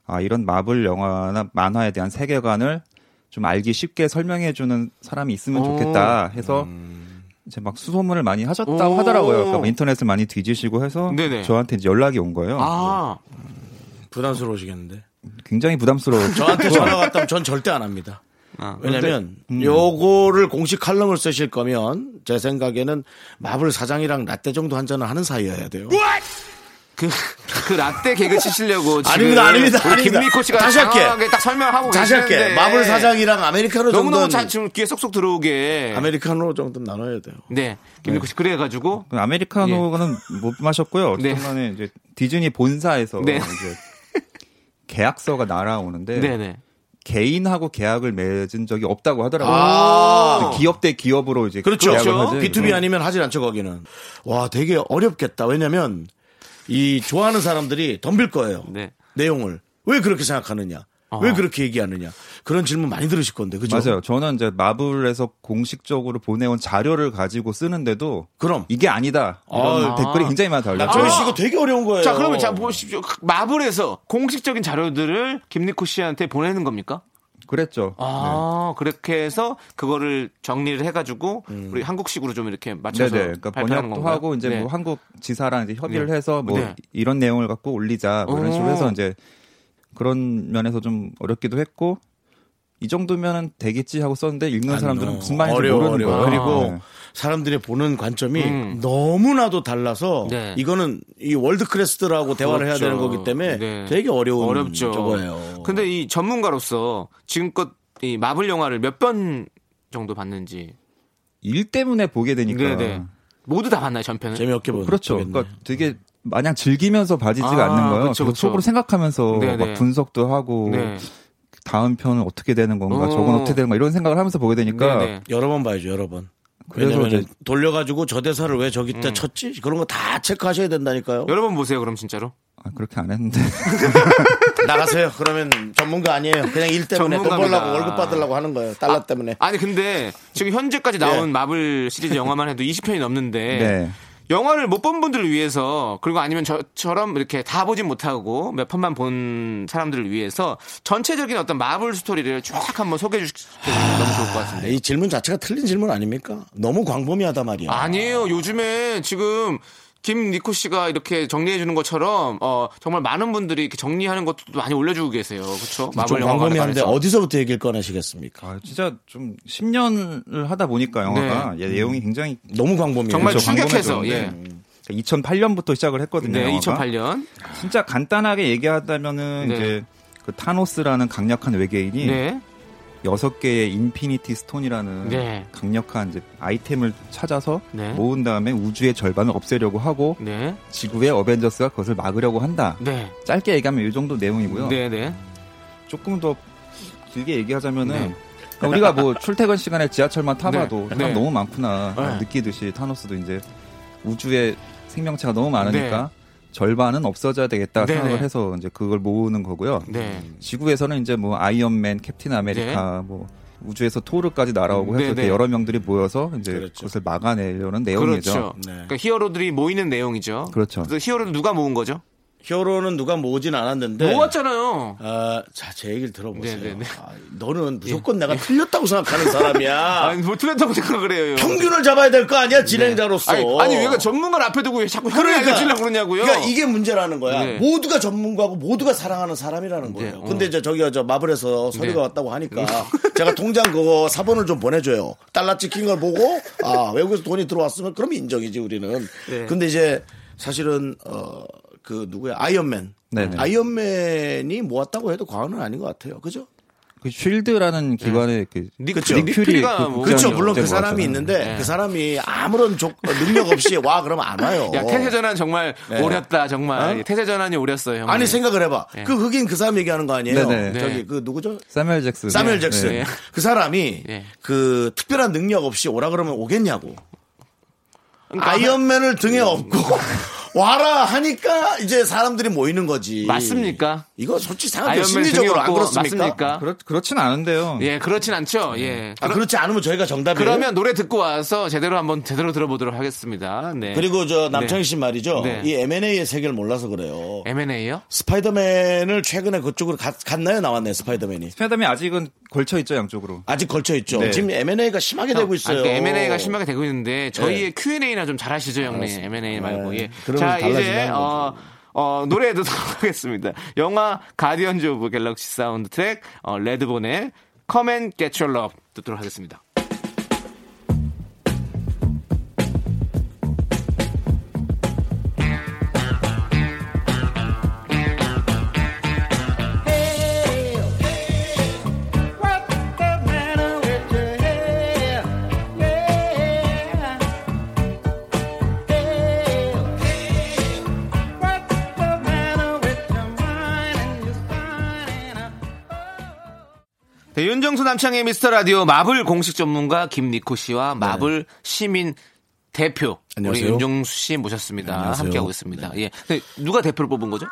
Speaker 10: 아, 이런 마블 영화나 만화에 대한 세계관을 좀 알기 쉽게 설명해 주는 사람이 있으면
Speaker 2: 오. 음.
Speaker 10: 좋겠다 해서 이제 막 수소문을 많이 하셨다고
Speaker 2: 오.
Speaker 10: 하더라고요. 그러니까 뭐 인터넷을 많이 뒤지시고 해서
Speaker 2: 네네.
Speaker 10: 저한테 이제 연락이 온 거예요.
Speaker 2: 아,
Speaker 1: 부담스러우시겠는데.
Speaker 10: 굉장히 부담스러워.
Speaker 1: 저한테 전화가 왔다면 전 절대 안 합니다.
Speaker 2: 아,
Speaker 1: 왜냐면 요거를 공식 칼럼을 쓰실 거면 제 생각에는 마블 사장이랑 라떼 정도 한 잔을 하는 사이여야 돼요.
Speaker 2: 그, 그 라떼 개그 치시려고 지금
Speaker 1: 아닙니다, 아닙니다,
Speaker 2: 우리
Speaker 1: 아닙니다.
Speaker 2: 김미코 씨가
Speaker 1: 다시 할게.
Speaker 2: 당황하게 딱 설명하고
Speaker 1: 다시 할게.
Speaker 2: 계시는데
Speaker 1: 마블 사장이랑 아메리카노
Speaker 2: 네. 너무너무
Speaker 1: 정도는
Speaker 2: 잘 지금 귀에 쏙쏙 들어오게
Speaker 1: 예. 아메리카노 정도 는 나눠야 돼요.
Speaker 2: 네 김미코 씨 그래가지고
Speaker 10: 그 아메리카노는 못 마셨고요.
Speaker 2: 네.
Speaker 10: 어쨌든 간에 이제 디즈니 본사에서
Speaker 2: 네.
Speaker 10: 이제 계약서가 날아오는데
Speaker 2: 네네
Speaker 10: 개인하고 계약을 맺은 적이 없다고 하더라고요. 근데 기업 대 기업으로 이제
Speaker 1: 그렇죠.
Speaker 10: 계약을
Speaker 2: 그렇죠.
Speaker 10: 하지.
Speaker 1: B2B 아니면 하질 않죠, 거기는. 와, 되게 어렵겠다. 왜냐면, 이 좋아하는 사람들이 덤빌 거예요.
Speaker 2: 네.
Speaker 1: 내용을. 왜 그렇게 생각하느냐? 왜 그렇게 얘기하느냐? 그런 질문 많이 들으실 건데, 그죠?
Speaker 10: 맞아요. 저는 이제 마블에서 공식적으로 보내온 자료를 가지고 쓰는데도
Speaker 1: 그럼.
Speaker 10: 이게 아니다. 이런
Speaker 1: 아.
Speaker 10: 댓글이 굉장히 많이 달려요.
Speaker 1: 저희 씨 이거 아. 되게 어려운 거예요.
Speaker 2: 아, 자 그러면 자 보십시오 마블에서 공식적인 자료들을 김미코 씨한테 보내는 겁니까?
Speaker 10: 그랬죠.
Speaker 2: 아 그렇게 해서 그거를 정리를 해가지고 우리 한국식으로 좀 이렇게
Speaker 10: 네.
Speaker 2: 맞춰서
Speaker 10: 네네. 그러니까
Speaker 2: 발표하는
Speaker 10: 번역도
Speaker 2: 건가요?
Speaker 10: 하고 이제
Speaker 2: 네.
Speaker 10: 뭐 한국 지사랑 이제 협의를
Speaker 2: 네.
Speaker 10: 해서 뭐
Speaker 2: 네. 어.
Speaker 10: 이런 내용을 갖고 올리자 뭐 이런 식으로
Speaker 2: 오.
Speaker 10: 해서 이제 그런 면에서 좀 어렵기도 했고 이 정도면은 되겠지 하고 썼는데 읽는
Speaker 1: 안
Speaker 10: 사람들은
Speaker 1: 아, 넣어.
Speaker 10: 무슨 말인지
Speaker 1: 어려워,
Speaker 10: 모르는
Speaker 1: 어려워.
Speaker 10: 거예요.
Speaker 1: 그리고
Speaker 10: 네.
Speaker 1: 사람들이 보는 관점이
Speaker 2: 음.
Speaker 1: 너무나도 달라서
Speaker 2: 네.
Speaker 1: 이거는 이 월드 크레스트라고 대화를 해야
Speaker 2: 그렇죠.
Speaker 1: 되는 거기 때문에
Speaker 2: 네.
Speaker 1: 되게 어려운
Speaker 2: 어렵죠.
Speaker 1: 저거예요.
Speaker 2: 근데 이 전문가로서 지금껏 이 마블 영화를 몇 번 정도 봤는지
Speaker 10: 일 때문에 보게 되니까
Speaker 2: 네네. 모두 다 봤나요 전편은?
Speaker 1: 재미없게 보는
Speaker 10: 그렇죠.
Speaker 1: 거겠네.
Speaker 10: 그러니까 되게 마냥 즐기면서 봐지지가
Speaker 2: 아,
Speaker 10: 않는 거예요.
Speaker 2: 그쵸,
Speaker 10: 계속
Speaker 2: 그쵸.
Speaker 10: 속으로 생각하면서
Speaker 2: (laughs) 네네.
Speaker 10: 막 분석도 하고
Speaker 2: 네.
Speaker 10: 다음 편은 어떻게 되는 건가,
Speaker 2: 어.
Speaker 10: 저건 어떻게 되는 건가 이런 생각을 하면서 보게 되니까
Speaker 2: 네네.
Speaker 1: 여러 번 봐야죠, 여러 번.
Speaker 10: 그래서
Speaker 1: 왜냐면
Speaker 10: 이제-
Speaker 1: 돌려가지고 저 대사를 왜 저기
Speaker 2: 음.
Speaker 1: 때 쳤지? 그런 거 다 체크하셔야 된다니까요.
Speaker 2: 여러 번 보세요 그럼 진짜로.
Speaker 10: 아, 그렇게 안 했는데
Speaker 1: 나가세요. 그러면 전문가 아니에요. 그냥 일 때문에 돈
Speaker 2: 전문가입니다.
Speaker 1: 벌려고 월급 받으려고 하는 거예요. 달러 때문에.
Speaker 2: 아니 근데 지금 현재까지 나온 마블 시리즈 영화만 해도 20편이 넘는데
Speaker 10: 네.
Speaker 2: 영화를 못 본 분들을 위해서 그리고 아니면 저처럼 이렇게 다 보진 못하고 어, 몇 편만 본 사람들을 위해서 전체적인 어떤 마블 스토리를 쭉 한번 소개해 주시면 너무 좋을 것 같습니다.
Speaker 1: 이 질문 자체가 틀린 질문 아닙니까? 너무 광범위하다 말이야.
Speaker 2: 아니에요. 요즘에 지금 김니코 씨가 이렇게 정리해 주는 것처럼 어, 정말 많은 분들이 이렇게 정리하는 것도 많이 올려주고 계세요. 그렇죠?
Speaker 1: 좀
Speaker 2: 마블 영화관에
Speaker 1: 광범위한데
Speaker 2: 관해서.
Speaker 1: 어디서부터 얘기를 꺼내시겠습니까?
Speaker 10: 아, 진짜 좀 10년을 하다 보니까 영화가
Speaker 2: 네.
Speaker 10: 예,
Speaker 2: 음.
Speaker 10: 내용이 굉장히
Speaker 1: 너무 광범위해요.
Speaker 2: 정말
Speaker 10: 그렇죠,
Speaker 2: 충격해서
Speaker 10: 광범위해졌는데.
Speaker 2: 예.
Speaker 10: 2008년부터 시작을 했거든요.
Speaker 2: 네,
Speaker 10: 영화가.
Speaker 2: 2008년.
Speaker 10: 진짜 간단하게 얘기하자면은
Speaker 2: 네.
Speaker 10: 이제 그 타노스라는 강력한 외계인이
Speaker 2: 네.
Speaker 10: 여섯 개의 인피니티 스톤이라는
Speaker 2: 네.
Speaker 10: 강력한 이제 아이템을 찾아서
Speaker 2: 네.
Speaker 10: 모은 다음에 우주의 절반을 없애려고 하고
Speaker 2: 네.
Speaker 10: 지구의 어벤져스가 그것을 막으려고 한다.
Speaker 2: 네.
Speaker 10: 짧게 얘기하면 이 정도 내용이고요.
Speaker 2: 네, 네.
Speaker 10: 조금 더 길게 얘기하자면은
Speaker 2: 네.
Speaker 10: 그러니까 우리가 뭐 출퇴근 시간에 지하철만 타봐도
Speaker 2: 네.
Speaker 10: 사람
Speaker 2: 네.
Speaker 10: 너무 많구나
Speaker 2: 네.
Speaker 10: 느끼듯이 타노스도 이제 우주에 생명체가 너무 많으니까 절반은 없어져야 되겠다
Speaker 2: 네,
Speaker 10: 생각을
Speaker 2: 네.
Speaker 10: 해서 이제 그걸 모으는 거고요. 음,
Speaker 2: 네.
Speaker 10: 지구에서는 이제 뭐 아이언맨, 캡틴 아메리카 뭐 우주에서 토르까지 날아오고
Speaker 2: 음,
Speaker 10: 해서
Speaker 2: 네,
Speaker 10: 이렇게
Speaker 2: 네.
Speaker 10: 여러 명들이 모여서 이제
Speaker 1: 그렇죠.
Speaker 10: 그것을 막아내려는 내용이죠.
Speaker 2: 그렇죠.
Speaker 1: 네.
Speaker 2: 그러니까 히어로들이 모이는 내용이죠.
Speaker 10: 그렇죠.
Speaker 2: 그래서 히어로는 누가 모은 거죠?
Speaker 1: 히어로는 누가 모으진 않았는데.
Speaker 2: 모았잖아요.
Speaker 1: 아, 자, 제 얘기를 들어보세요.
Speaker 2: 네, 네, 네.
Speaker 1: 아, 너는 무조건 내가 틀렸다고
Speaker 2: (laughs)
Speaker 1: 생각하는 사람이야.
Speaker 2: 아니, 뭐 틀렸다고 생각을 해요. 형.
Speaker 1: 평균을 잡아야 될 거 아니야, 진행자로서.
Speaker 2: 아니, 아니, 왜 그렇죠? 전문가를 앞에 두고 왜 자꾸 형을
Speaker 1: 그러니까.
Speaker 2: 알려주려고 그러냐고요.
Speaker 1: 그러니까 이게 문제라는 거야.
Speaker 2: 네.
Speaker 1: 모두가 전문가고 모두가 사랑하는 사람이라는 거예요.
Speaker 2: 네,
Speaker 1: 근데 저 저기요 저 마블에서 서류가
Speaker 2: 네.
Speaker 1: 왔다고 하니까 (laughs) 제가 통장 그거 사본을 좀 보내줘요. 달러 찍힌 걸 보고 아 외국에서 돈이 들어왔으면 그럼 인정이지 우리는.
Speaker 2: 네.
Speaker 1: 근데 이제 사실은 어 그 누구야 아이언맨.
Speaker 10: 네, 네.
Speaker 1: 아이언맨이 모았다고 해도 과언은 아닌 것 같아요. 그죠?
Speaker 10: 그 쉴드라는 기관의 그
Speaker 2: 닉-
Speaker 10: 그쵸.
Speaker 2: 닉 퓨리가
Speaker 10: 그
Speaker 2: 뭐-
Speaker 10: 국장이
Speaker 1: 그렇죠. 물론 그
Speaker 10: 어쨌든
Speaker 1: 사람이
Speaker 10: 왔잖아요.
Speaker 1: 있는데
Speaker 2: 네.
Speaker 1: 그 사람이 아무런 조- 능력 없이 와 그러면 안 와요.
Speaker 2: 야, 태세 전환 정말
Speaker 1: 네.
Speaker 2: 오렸다, 정말.
Speaker 1: 어?
Speaker 2: 태세 전환이 오렸어요, 형.
Speaker 1: 아니 생각을 해봐. 그 흑인 그 사람 얘기하는 거 아니에요?
Speaker 10: 네네.
Speaker 2: 예. 네.
Speaker 1: 저기 그 누구죠?
Speaker 10: 사멜 잭슨.
Speaker 1: 사멜
Speaker 10: 네.
Speaker 1: 잭슨.
Speaker 10: 네.
Speaker 1: 그 사람이
Speaker 2: 네.
Speaker 1: 그 특별한 능력 없이 오라 그러면 오겠냐고.
Speaker 2: 그러니까 네.
Speaker 1: 아이언맨을 등에 업고 (laughs) 와라 하니까 이제 사람들이 모이는 거지.
Speaker 2: 맞습니까?
Speaker 1: 이거 솔직히 생각해요.
Speaker 2: 아이언맨
Speaker 1: 심리적으로 안
Speaker 2: 등에 업고
Speaker 1: 그렇습니까?
Speaker 2: 맞습니까?
Speaker 10: 그렇 그렇진 않은데요. 네.
Speaker 2: 예, 그렇진 않죠. 예.
Speaker 1: 아, 그렇지 않으면 저희가 정답이에요.
Speaker 2: 그러면 노래 듣고 와서 제대로 한번 제대로 들어보도록 하겠습니다. 네.
Speaker 1: 그리고 저 남창희 씨 말이죠.
Speaker 2: 네.
Speaker 1: 이 M&A의 세계를 몰라서 그래요.
Speaker 2: M&A요?
Speaker 1: 스파이더맨을 최근에 그쪽으로 갔, 갔나요? 나왔나요? 스파이더맨이.
Speaker 10: 스파이더맨 아직은 걸쳐 있죠 양쪽으로.
Speaker 1: 아직 걸쳐 있죠. 지금 M&A가 심하게
Speaker 2: 아,
Speaker 1: 되고 있어요.
Speaker 2: 그 네, M&A가 심하게 되고 있는데 저희의 Q&A나 좀 잘하시죠, 형님. M&A 말고.
Speaker 1: 네.
Speaker 2: 예.
Speaker 1: 그러면
Speaker 2: 자,
Speaker 1: 달라지긴
Speaker 2: 이제
Speaker 1: 하는
Speaker 2: 어, 어, 노래 듣도록 (laughs) 하겠습니다. 영화 가디언즈 오브 갤럭시 사운드 트랙 어, 레드본의 Come and Get Your Love 듣도록 하겠습니다. 네, 윤정수 남창의 미스터 라디오 마블 공식 전문가 김니코 씨와 마블 시민 대표
Speaker 1: 네. 안녕하세요. 네,
Speaker 2: 우리 윤정수 씨 모셨습니다.
Speaker 1: 안녕하세요. 네.
Speaker 2: 함께하고 있습니다. 예. 근데 누가 대표를 뽑은 거죠?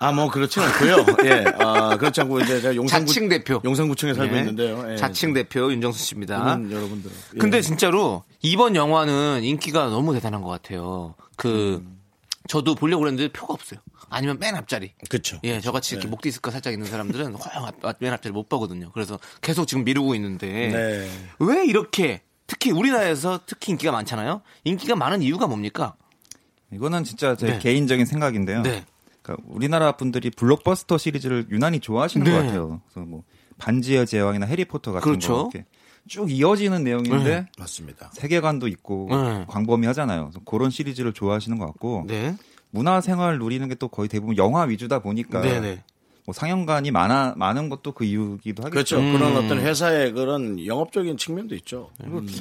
Speaker 1: 아, 뭐 그렇진 않고요. 예, 아, 그렇지 않고 이제 제가 용산구,
Speaker 2: 자칭 대표.
Speaker 1: 용산구청에 살고
Speaker 2: 예.
Speaker 1: 있는데요. 예.
Speaker 2: 자칭 대표 윤정수 씨입니다.
Speaker 1: 저는 여러분들. 예.
Speaker 2: 근데 진짜로 이번 영화는 인기가 너무 대단한 것 같아요. 그
Speaker 10: 음.
Speaker 2: 저도 보려고 그랬는데 표가 없어요. 아니면 맨 앞자리.
Speaker 1: 그쵸.
Speaker 2: 예, 저같이 이렇게 목디스크 살짝 있는 사람들은 (laughs) 허용 앞, 앞- 맨 앞자리 못 보거든요. 그래서 계속 지금 미루고 있는데
Speaker 1: 네.
Speaker 2: 왜 이렇게 특히 우리나라에서 특히 인기가 많잖아요. 인기가 많은 이유가 뭡니까?
Speaker 10: 이거는 진짜 제
Speaker 2: 네.
Speaker 10: 개인적인 생각인데요.
Speaker 2: 네.
Speaker 10: 그러니까 우리나라 분들이 블록버스터 시리즈를 유난히 좋아하시는
Speaker 2: 네.
Speaker 10: 것 같아요. 그래서 뭐 반지의 제왕이나 해리포터 같은
Speaker 2: 그렇죠.
Speaker 10: 거 이렇게 쭉 이어지는 내용인데
Speaker 1: 맞습니다.
Speaker 10: 세계관도 있고
Speaker 2: 네.
Speaker 10: 광범위하잖아요. 그래서 그런 시리즈를 좋아하시는 것 같고
Speaker 2: 네.
Speaker 10: 문화 생활 누리는 게 또 거의 대부분 영화 위주다 보니까
Speaker 2: 네네.
Speaker 10: 뭐 상영관이 많아 많은 것도 그 이유기도 하겠죠.
Speaker 1: 그렇죠. 그런 어떤 회사의 그런 영업적인 측면도 있죠.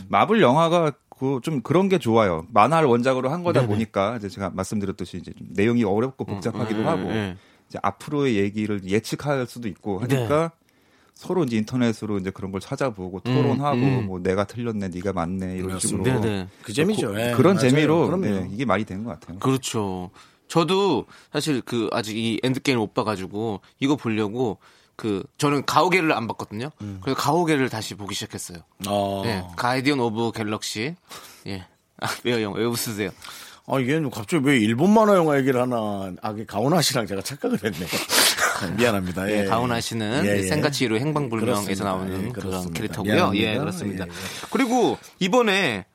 Speaker 10: 마블 영화가 그 좀 그런 게 좋아요. 만화를 원작으로 한 거다 보니까 이제 제가 말씀드렸듯이 이제 좀 내용이 어렵고 복잡하기도 하고
Speaker 2: 네.
Speaker 10: 이제 앞으로의
Speaker 2: 예.
Speaker 10: 얘기를 예측할 수도 있고 하니까
Speaker 2: 네.
Speaker 10: 서로 이제 인터넷으로 이제 그런 걸 찾아보고
Speaker 2: 음,
Speaker 10: 토론하고 뭐 내가 틀렸네, 네가 맞네 이런 식으로
Speaker 2: 네, 네.
Speaker 1: 그 재미죠. 예,
Speaker 10: 그런
Speaker 1: 맞아요.
Speaker 10: 재미로
Speaker 1: 그럼요.
Speaker 10: 네, 이게 말이 되는 것 같아요.
Speaker 2: 그렇죠. 저도 사실 그 아직 이 엔드게임 못 봐가지고 이거 보려고 그 저는 가오갤을 안 봤거든요. 그래서 가오갤을 다시 보기 시작했어요.
Speaker 1: 어.
Speaker 2: 예, 가이디언 오브 갤럭시. 예. 아, 왜요, 형? 왜 웃으세요?
Speaker 1: 아, 얘는 갑자기 왜 일본 만화 영화 얘기를 하나. 아, 그 가오나 씨랑 제가 착각을 했네요. 아, 미안합니다.
Speaker 2: 예,
Speaker 1: 예.
Speaker 2: 가오나 씨는
Speaker 1: 예, 예.
Speaker 2: 생가치로 행방불명에서
Speaker 1: 그렇습니다.
Speaker 2: 나오는
Speaker 1: 예,
Speaker 2: 그런
Speaker 1: 그렇습니다.
Speaker 2: 캐릭터고요.
Speaker 1: 미안합니다.
Speaker 2: 예, 그렇습니다.
Speaker 1: 예, 예.
Speaker 2: 그리고 이번에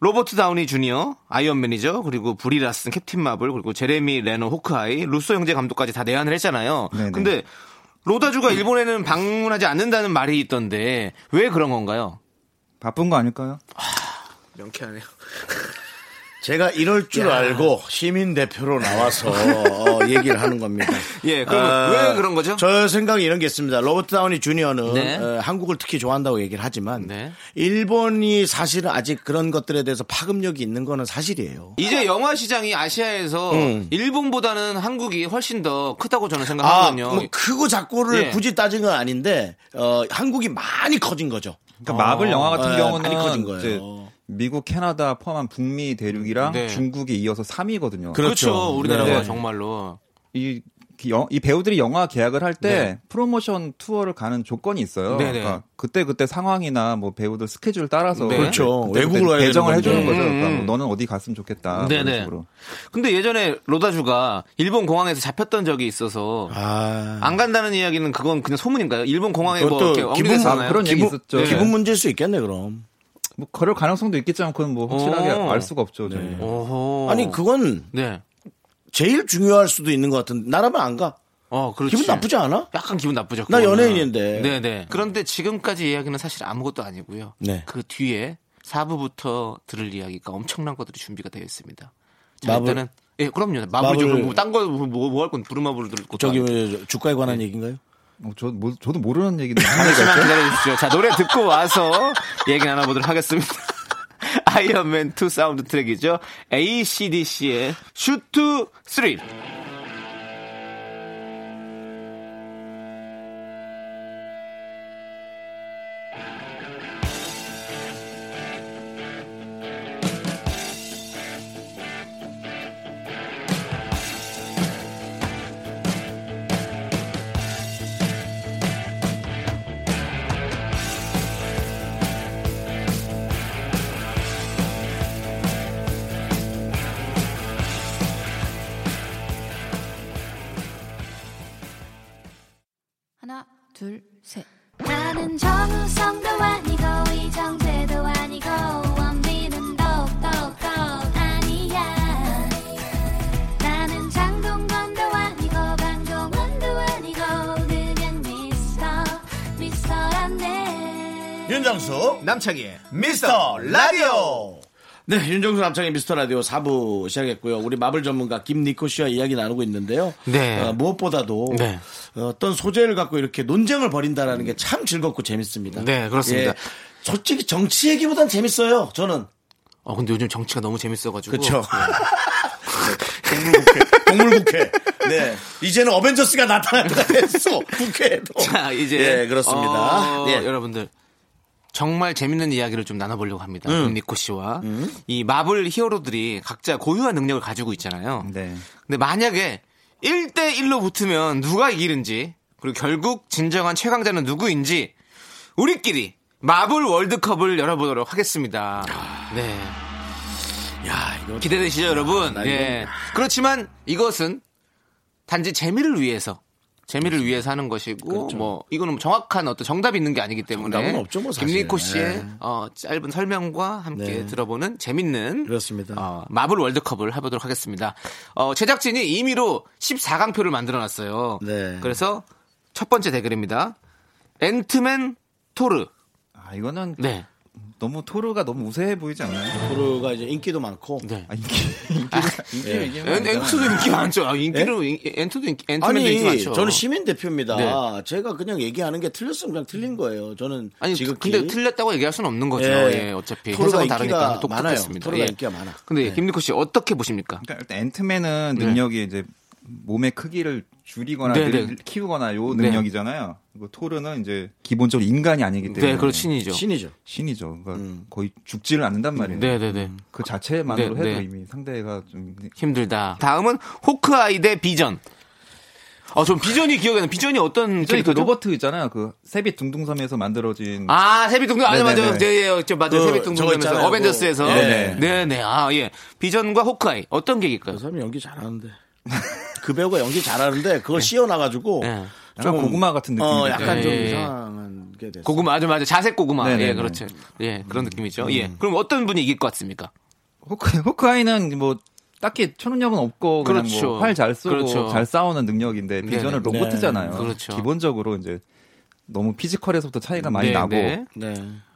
Speaker 2: 로버트 다우니 주니어, 아이언맨이죠. 그리고 브리라슨, 캡틴 마블, 그리고 제레미 레너 호크아이, 루소 형제 감독까지 다 내한을 했잖아요.
Speaker 10: 네네.
Speaker 2: 근데 로다주가 일본에는 방문하지 않는다는 말이 있던데 왜 그런 건가요?
Speaker 10: 바쁜 거 아닐까요?
Speaker 2: 명쾌하네요.
Speaker 1: 제가 이럴 줄 알고 시민 대표로 나와서 어, 얘기를 하는 겁니다.
Speaker 2: (laughs)
Speaker 1: 아,
Speaker 2: 예, 그러면 왜 그런 거죠?
Speaker 1: 저 생각이 이런 게 있습니다. 로버트 다우니 주니어는
Speaker 2: 네.
Speaker 1: 어, 한국을 특히 좋아한다고 얘기를 하지만
Speaker 2: 네.
Speaker 1: 일본이 사실은 아직 그런 것들에 대해서 파급력이 있는 거는 사실이에요.
Speaker 2: 이제 영화 시장이 아시아에서
Speaker 1: 음.
Speaker 2: 일본보다는 한국이 훨씬 더 크다고 저는
Speaker 1: 아,
Speaker 2: 생각하거든요.
Speaker 1: 뭐 크고 작고를
Speaker 2: 예.
Speaker 1: 굳이 따진 건 아닌데 어, 한국이 많이 커진 거죠.
Speaker 10: 그러니까 마블 영화 같은
Speaker 1: 예, 많이
Speaker 10: 경우는
Speaker 1: 커진 거예요.
Speaker 10: 이제 미국, 캐나다 포함한 북미 대륙이랑
Speaker 2: 네.
Speaker 10: 중국에 이어서 3위거든요.
Speaker 1: 그렇죠.
Speaker 2: 그렇죠. 우리나라가
Speaker 10: 네.
Speaker 2: 정말로.
Speaker 10: 이 기- 여- 이 배우들이 영화 계약을 할 때 프로모션 투어를 가는 조건이 있어요.
Speaker 2: 네네.
Speaker 10: 그러니까 그때 그때 상황이나 뭐 배우들 스케줄 따라서
Speaker 2: 네.
Speaker 1: 그렇죠.
Speaker 10: 그때
Speaker 1: 외국으로
Speaker 10: 그때
Speaker 1: 가야
Speaker 10: 배정을
Speaker 1: 되는
Speaker 10: 해주는
Speaker 1: 건데.
Speaker 10: 거죠. 그러니까
Speaker 2: 음,
Speaker 10: 뭐
Speaker 2: 음.
Speaker 10: 너는 어디 갔으면 좋겠다.
Speaker 2: 네네.
Speaker 10: 이런 식으로.
Speaker 2: 근데 예전에 로다주가 일본 공항에서 잡혔던 적이 있어서
Speaker 1: 아.
Speaker 2: 안 간다는 이야기는 그건 그냥 소문인가요? 일본 공항에 뭐
Speaker 1: 그것도
Speaker 2: 이렇게
Speaker 1: 기분-
Speaker 2: 엉리대잖아요.
Speaker 10: 아, 그런 얘기 있었죠.
Speaker 2: 네.
Speaker 1: 기분 문제일 수 그렇죠. 있겠네 그럼.
Speaker 10: 뭐 그럴 가능성도 있겠지만 그건 뭐 확실하게
Speaker 2: 어.
Speaker 10: 알 수가 없죠. 저희는.
Speaker 2: 오호.
Speaker 1: 네. 아니 그건
Speaker 2: 네.
Speaker 1: 제일 중요할 수도 있는 것 같은데 나라면 안 가.
Speaker 2: 어, 그렇지.
Speaker 1: 기분 나쁘지 않아?
Speaker 2: 약간 기분 나쁘죠.
Speaker 1: 나
Speaker 2: 그거는.
Speaker 1: 연예인인데.
Speaker 2: 네네. 그런데 지금까지 이야기는 사실 아무것도 아니고요.
Speaker 1: 네.
Speaker 2: 그 뒤에 4부부터 들을 이야기가 엄청난 것들이 준비가 되어 있습니다. 자,
Speaker 1: 마블?
Speaker 2: 일단은 예, 그럼요. 마블이죠.
Speaker 1: 마블.
Speaker 2: 그럼 딴거 뭐 할 건 부르마블 들을 것도
Speaker 1: 저기
Speaker 2: 아니고.
Speaker 1: 뭐 주가에 관한 얘기인가요?
Speaker 10: 어, 저, 뭐, 저도 모르는 얘기인데.
Speaker 2: (laughs) 잠시만 기다려 주십시오. 자, 노래 듣고 와서 얘기 나눠보도록 하겠습니다. (laughs) 아이언맨 2 사운드 트랙이죠. ACDC의 슈트 스릴.
Speaker 6: 하나, 둘, 셋.
Speaker 3: 나는 정우성도 아니고 이정재도 아니고 원빈은 더욱더 아니야 나는 장동건도 아니고 방종원도 아니고 그냥 미스터 미스터란데
Speaker 1: 윤정수
Speaker 2: 남창희의
Speaker 1: 미스터 라디오. 네, 윤정수 남창의 미스터 라디오 4부 시작했고요. 우리 마블 전문가 김니코 씨와 이야기 나누고 있는데요.
Speaker 2: 네.
Speaker 1: 어, 무엇보다도
Speaker 2: 네.
Speaker 1: 어떤 소재를 갖고 이렇게 논쟁을 벌인다라는 게 참 즐겁고 재밌습니다.
Speaker 2: 네, 그렇습니다.
Speaker 1: 예, 솔직히 정치 얘기보단 재밌어요. 저는
Speaker 2: 어, 근데 요즘 정치가 너무 재밌어가지고.
Speaker 1: 그렇죠. 동물국회. 네. 이제는 어벤져스가 나타났다 했어. 국회에도.
Speaker 2: 자, 이제
Speaker 1: 예, 그렇습니다.
Speaker 2: 어,
Speaker 1: 예.
Speaker 2: 여러분들 정말 재밌는 이야기를 좀 나눠보려고 합니다.
Speaker 1: 음.
Speaker 2: 니코 씨와 이 마블 히어로들이 각자 고유한 능력을 가지고 있잖아요.
Speaker 10: 네.
Speaker 2: 근데 만약에 1대 1로 붙으면 누가 이기는지 그리고 결국 진정한 최강자는 누구인지 우리끼리 마블 월드컵을 열어보도록 하겠습니다. 네.
Speaker 1: 아. 야, 이거 아,
Speaker 2: 기대되시죠, 여러분?
Speaker 1: 나 이거-
Speaker 2: 예. 그렇지만 이것은 단지 재미를 위해서 재미를 위해서 하는 것이고 뭐 이거는 정확한 어떤 정답이 있는 게 아니기 때문에
Speaker 1: 그렇죠. 정답은 없죠, 뭐 사실.
Speaker 2: 김리코 씨의
Speaker 1: 네.
Speaker 2: 어, 짧은 설명과 함께
Speaker 1: 네.
Speaker 2: 들어보는 재밌는
Speaker 1: 그렇습니다.
Speaker 2: 어, 마블 월드컵을 해보도록 하겠습니다. 어, 제작진이 임의로 14강표를 만들어놨어요.
Speaker 1: 네.
Speaker 2: 그래서 첫 번째 대결입니다. 앤트맨 토르.
Speaker 10: 아, 이거는
Speaker 2: 네.
Speaker 10: 너무 토르가 너무 우세해 보이지 않나요?
Speaker 1: 토르가 이제 인기도 많고.
Speaker 2: 네.
Speaker 10: 아, 인기, 인기, (laughs) 인기,
Speaker 1: 예.
Speaker 2: 엔, 엔트도 인기 많죠. 아, 인기로 인- 엔트도 인기, 앤트맨도 인기
Speaker 1: 아니,
Speaker 2: 많죠. 네.
Speaker 1: 저는 시민 대표입니다. 제가 그냥 얘기하는 게 틀렸으면 그냥 틀린 거예요. 저는
Speaker 2: 아니
Speaker 1: 지극히
Speaker 2: 근데 틀렸다고 얘기할 수는 없는 거죠.
Speaker 1: 예.
Speaker 2: 예, 어차피
Speaker 1: 토르가
Speaker 2: 해석은
Speaker 1: 인기가
Speaker 2: 다르니까
Speaker 1: 많아요.
Speaker 2: 똑같습니다. 예. 그렇죠.
Speaker 1: 토르가 인기가 많아.
Speaker 2: 근데
Speaker 1: 네.
Speaker 2: 김리코 씨 어떻게 보십니까?
Speaker 10: 그러니까 일단 앤트맨은 능력이 이제 몸의 크기를 줄이거나
Speaker 2: 네,
Speaker 10: 늘-
Speaker 2: 네.
Speaker 10: 키우거나 요
Speaker 2: 네.
Speaker 10: 능력이잖아요. 그리고 토르는 이제 기본적으로 인간이 아니기 때문에
Speaker 2: 네, 그렇죠. 신이죠.
Speaker 1: 신이죠.
Speaker 10: 신이죠. 그러니까
Speaker 1: 음.
Speaker 10: 거의 죽지를 않는단 말이에요.
Speaker 2: 네, 네, 네.
Speaker 10: 그 자체만으로
Speaker 2: 네,
Speaker 10: 해도
Speaker 2: 네.
Speaker 10: 이미 상대가 좀
Speaker 2: 힘들다. 다음은 호크아이 대 비전. 어, 전 비전이 기억에 나. 비전이 어떤
Speaker 10: 저희 그
Speaker 2: 캐릭터죠?
Speaker 10: 로버트 있잖아요. 그 세빛 둥둥섬에서 만들어진
Speaker 2: 아, 세빛둥둥.
Speaker 10: 네,
Speaker 2: 맞아,
Speaker 10: 네, 네.
Speaker 2: 맞아. 네, 예, 저 맞아.
Speaker 1: 그, 저거
Speaker 2: 세빛둥둥에서
Speaker 1: 있잖아요.
Speaker 2: 어벤져스에서.
Speaker 1: 그,
Speaker 2: 네,
Speaker 10: 네, 네.
Speaker 2: 네, 아, 예. 비전과 호크아이 어떤
Speaker 1: 그
Speaker 2: 계기일까요?
Speaker 1: 사람이 연기 잘하는데. (laughs) 그 배우가 연기 잘하는데 그걸 씌워놔가지고
Speaker 2: 네.
Speaker 10: 약간 고구마 같은
Speaker 1: 어,
Speaker 10: 느낌이죠.
Speaker 1: 약간 좀
Speaker 2: 예. 예.
Speaker 1: 이상한 게 됐어.
Speaker 2: 고구마, 맞아, 맞아. 자색 고구마.
Speaker 10: 네, 네,
Speaker 2: 예,
Speaker 10: 네.
Speaker 2: 그렇죠. 예, 그런 느낌이죠. 예. 그럼 어떤 분이 이길 것 같습니까?
Speaker 10: 호크, 호크아이는 뭐 딱히 초능력은 없고 그냥
Speaker 2: 그렇죠.
Speaker 10: 뭐활 잘 쓰고
Speaker 2: 그렇죠.
Speaker 10: 잘 싸우는 능력인데 비전은
Speaker 2: 네.
Speaker 10: 로봇이잖아요.
Speaker 2: 네. 그렇죠.
Speaker 10: 기본적으로 이제 너무 피지컬에서부터 차이가 많이
Speaker 2: 네,
Speaker 10: 나고
Speaker 2: 네.
Speaker 1: 네.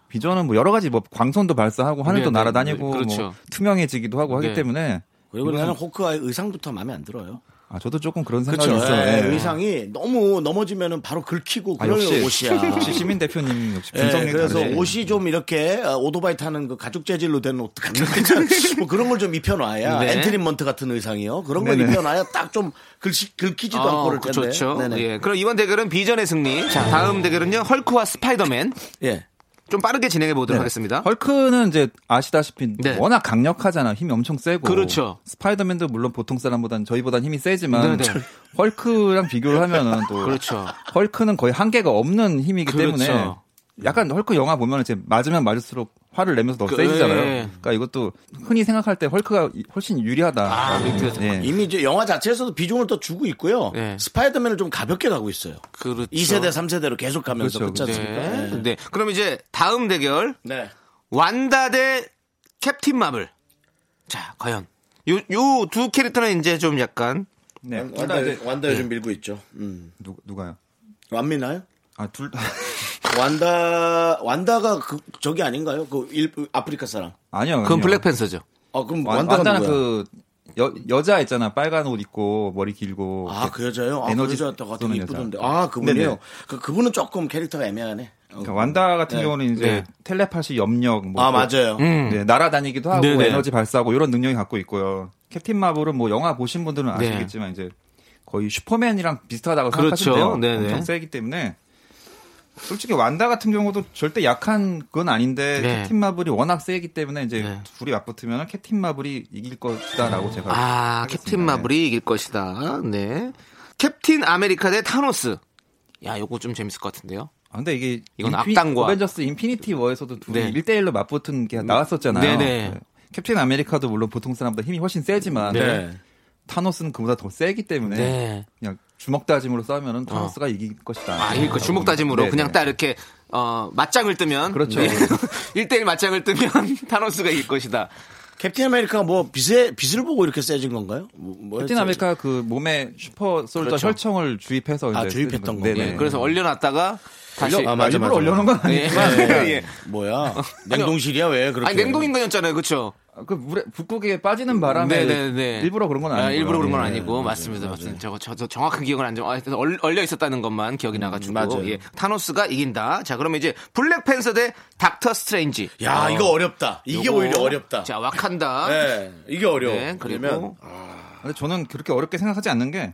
Speaker 10: 비전은 뭐 여러 가지 뭐 광선도 발사하고 하늘도
Speaker 2: 네, 네,
Speaker 10: 날아다니고
Speaker 2: 네. 그렇죠.
Speaker 10: 뭐 투명해지기도 하고 하기
Speaker 2: 네.
Speaker 10: 때문에
Speaker 1: 그리고 나는 호크아이 의상부터 마음에 안 들어요.
Speaker 10: 아 저도 조금 그런 생각이
Speaker 1: 그렇죠.
Speaker 10: 있어요.
Speaker 1: 예,
Speaker 10: 네.
Speaker 1: 의상이 너무 넘어지면은 바로 긁히고
Speaker 10: 아,
Speaker 1: 그런
Speaker 10: 역시
Speaker 1: 옷이야.
Speaker 10: 역시 시민 대표님 역시
Speaker 1: 예,
Speaker 10: 분석이
Speaker 1: 그래서
Speaker 10: 다르네.
Speaker 1: 옷이 좀 이렇게 어, 오토바이 타는 그 가죽 재질로 된 옷 같은 뭐 그런 걸 좀 입혀놔야
Speaker 2: 네.
Speaker 1: 엔트리먼트 같은 의상이요. 그런 걸
Speaker 10: 네네.
Speaker 1: 입혀놔야 딱 좀 긁히지도 않고 그럴 텐데.
Speaker 2: 좋죠.
Speaker 1: 네네.
Speaker 2: 예. 아, 그럼 이번 대결은 비전의 승리. 자, 다음 대결은요. 헐크와 스파이더맨.
Speaker 1: 예.
Speaker 2: 좀 빠르게 진행해
Speaker 10: 네.
Speaker 2: 보도록 하겠습니다.
Speaker 10: 헐크는 이제 아시다시피
Speaker 2: 네.
Speaker 10: 워낙 강력하잖아. 힘이 엄청 세고.
Speaker 2: 그렇죠.
Speaker 10: 스파이더맨도 물론 보통 사람보다는 저희보다는 힘이 세지만
Speaker 2: 네, 네.
Speaker 10: 헐크랑 비교를 하면은 또
Speaker 2: 그렇죠.
Speaker 10: 헐크는 거의 한계가 없는 힘이기
Speaker 2: 그렇죠.
Speaker 10: 때문에 약간 헐크 영화 보면 이제 맞으면 맞을수록 화를 내면서 더
Speaker 2: 그,
Speaker 10: 세지잖아요.
Speaker 2: 예.
Speaker 10: 그러니까 이것도 흔히 생각할 때 헐크가 이- 훨씬 유리하다.
Speaker 2: 아, 그렇죠.
Speaker 10: 예.
Speaker 1: 이미 이제 영화 자체에서도 비중을 더 주고 있고요.
Speaker 2: 네.
Speaker 1: 스파이더맨을 좀 가볍게 가고 있어요.
Speaker 2: 그렇죠.
Speaker 1: 이 2세대, 3세대로 계속 가면서
Speaker 10: 그렇죠,
Speaker 1: 그렇지 않습니까?
Speaker 2: 네.
Speaker 1: 네.
Speaker 2: 네. 그럼 이제 다음 대결
Speaker 1: 네.
Speaker 2: 완다 대 캡틴 마블. 자, 과연 요 요 두 캐릭터는 이제 좀 약간
Speaker 10: 네.
Speaker 2: 아,
Speaker 1: 완다, 완다 요즘 밀고 있죠. 음.
Speaker 10: 누, 누가요?
Speaker 1: 완미나요?
Speaker 10: 아, 둘 (laughs) 다.
Speaker 1: 완다, 완다가 그, 저기 아닌가요? 그 일, 아프리카 사람.
Speaker 10: 아니요.
Speaker 2: 그건
Speaker 10: 아니요.
Speaker 2: 블랙팬서죠.
Speaker 1: 아,
Speaker 2: 뭐
Speaker 1: 그럼
Speaker 10: 완-
Speaker 1: 완다가
Speaker 10: 완다는
Speaker 1: 누구야?
Speaker 10: 그 여, 여자 있잖아. 빨간 옷 입고 머리 길고.
Speaker 1: 아, 그 여자요? 아,
Speaker 10: 뭐 에너지
Speaker 1: 그 여자 같은
Speaker 10: 쏘는
Speaker 1: 게
Speaker 10: 여자.
Speaker 1: 이쁘던데. 아, 그분이요?
Speaker 10: 네네.
Speaker 1: 그, 그분은 조금 캐릭터가 애매하네. 어.
Speaker 10: 그러니까 완다 같은
Speaker 1: 네.
Speaker 10: 경우는 이제
Speaker 2: 네.
Speaker 10: 텔레파시 염력 뭐 또-
Speaker 1: 아, 맞아요.
Speaker 2: 음.
Speaker 10: 네, 날아다니기도 하고
Speaker 2: 네네.
Speaker 10: 에너지 발사하고 이런 능력이 갖고 있고요. 캡틴 마블은 뭐 영화 보신 분들은
Speaker 2: 네.
Speaker 10: 아시겠지만 이제 거의 슈퍼맨이랑 비슷하다고
Speaker 2: 그렇죠.
Speaker 10: 생각하시면 돼요.
Speaker 2: 네네.
Speaker 10: 엄청 세기 때문에 솔직히 완다 같은 경우도 절대 약한 건 아닌데
Speaker 2: 네.
Speaker 10: 캡틴 마블이 워낙 세기 때문에 이제
Speaker 2: 네.
Speaker 10: 둘이 맞붙으면 캡틴 마블이 이길 거다라고 제가
Speaker 2: 아, 캡틴 마블이 이길 것이다. 네. 캡틴 아메리카 대 타노스. 야, 요거 좀 재밌을 것 같은데요.
Speaker 10: 아, 근데 이게
Speaker 2: 이건
Speaker 10: 인피-
Speaker 2: 악당과.
Speaker 10: 어벤져스 인피니티 워에서도 둘이
Speaker 2: 네. 음.
Speaker 10: 1대1로 맞붙은 게 나왔었잖아요.
Speaker 2: 네네.
Speaker 10: 네. 캡틴 아메리카도 물론 보통 사람보다 힘이 훨씬 세지만
Speaker 1: 네.
Speaker 10: 타노스는 그보다 더 세기 때문에
Speaker 2: 네. 어.
Speaker 10: 그냥 주먹 다짐으로 싸우면 타노스가 이길 것이다.
Speaker 2: 아, 이길 거 주먹 다짐으로
Speaker 10: 어, 네네.
Speaker 2: 그냥 딱 이렇게 어, 맞짱을 뜨면
Speaker 10: 그렇죠.
Speaker 2: (laughs) 1대1 맞짱을 뜨면 (laughs) 타노스가 이길 것이다.
Speaker 1: 캡틴 아메리카가 뭐 빛에, 빛을 보고 이렇게 세진 건가요? 뭐, 뭐
Speaker 10: 캡틴
Speaker 2: 그렇죠.
Speaker 1: 했죠?
Speaker 10: 아메리카 그 몸에 슈퍼 솔저
Speaker 1: 그렇죠.
Speaker 10: 혈청을 주입해서
Speaker 1: 아,
Speaker 10: 이제
Speaker 1: 주입했던
Speaker 10: 쓰는
Speaker 1: 거군요.
Speaker 10: 네네.
Speaker 1: 예,
Speaker 2: 그래서 얼려놨다가 다시
Speaker 10: 아, 맞아, 일부러
Speaker 1: 맞아.
Speaker 10: 올려놓은 건 아니에요.
Speaker 2: 예. (laughs) 예.
Speaker 1: 예. 뭐야? 냉동실이야 왜 그렇게?
Speaker 2: 아니 냉동인 거였잖아요. 그렇죠?
Speaker 10: 그 물에 북극에 빠지는 바람에
Speaker 2: 아, 네네네.
Speaker 10: 일부러 그런 건 네. 아니고
Speaker 2: 아, 일부러 그런 건 아니고 맞습니다. 맞습니다. 저거 저, 저 정확한 기억은 안 좀. 아, 하여튼 얼- 얼려 있었다는 것만 기억이 나가지고
Speaker 1: 맞아요.
Speaker 2: 예, 타노스가 이긴다. 자, 그러면 이제 블랙팬서 대 닥터 스트레인지.
Speaker 1: 야
Speaker 2: 어,
Speaker 1: 이거 어렵다. 이게
Speaker 2: 요거.
Speaker 1: 오히려 어렵다.
Speaker 2: 자, 와칸다.
Speaker 1: 네, 이게 어려워.
Speaker 2: 네, 그리고
Speaker 1: 그러면 아,
Speaker 10: 근데 저는 그렇게 어렵게 생각하지 않는 게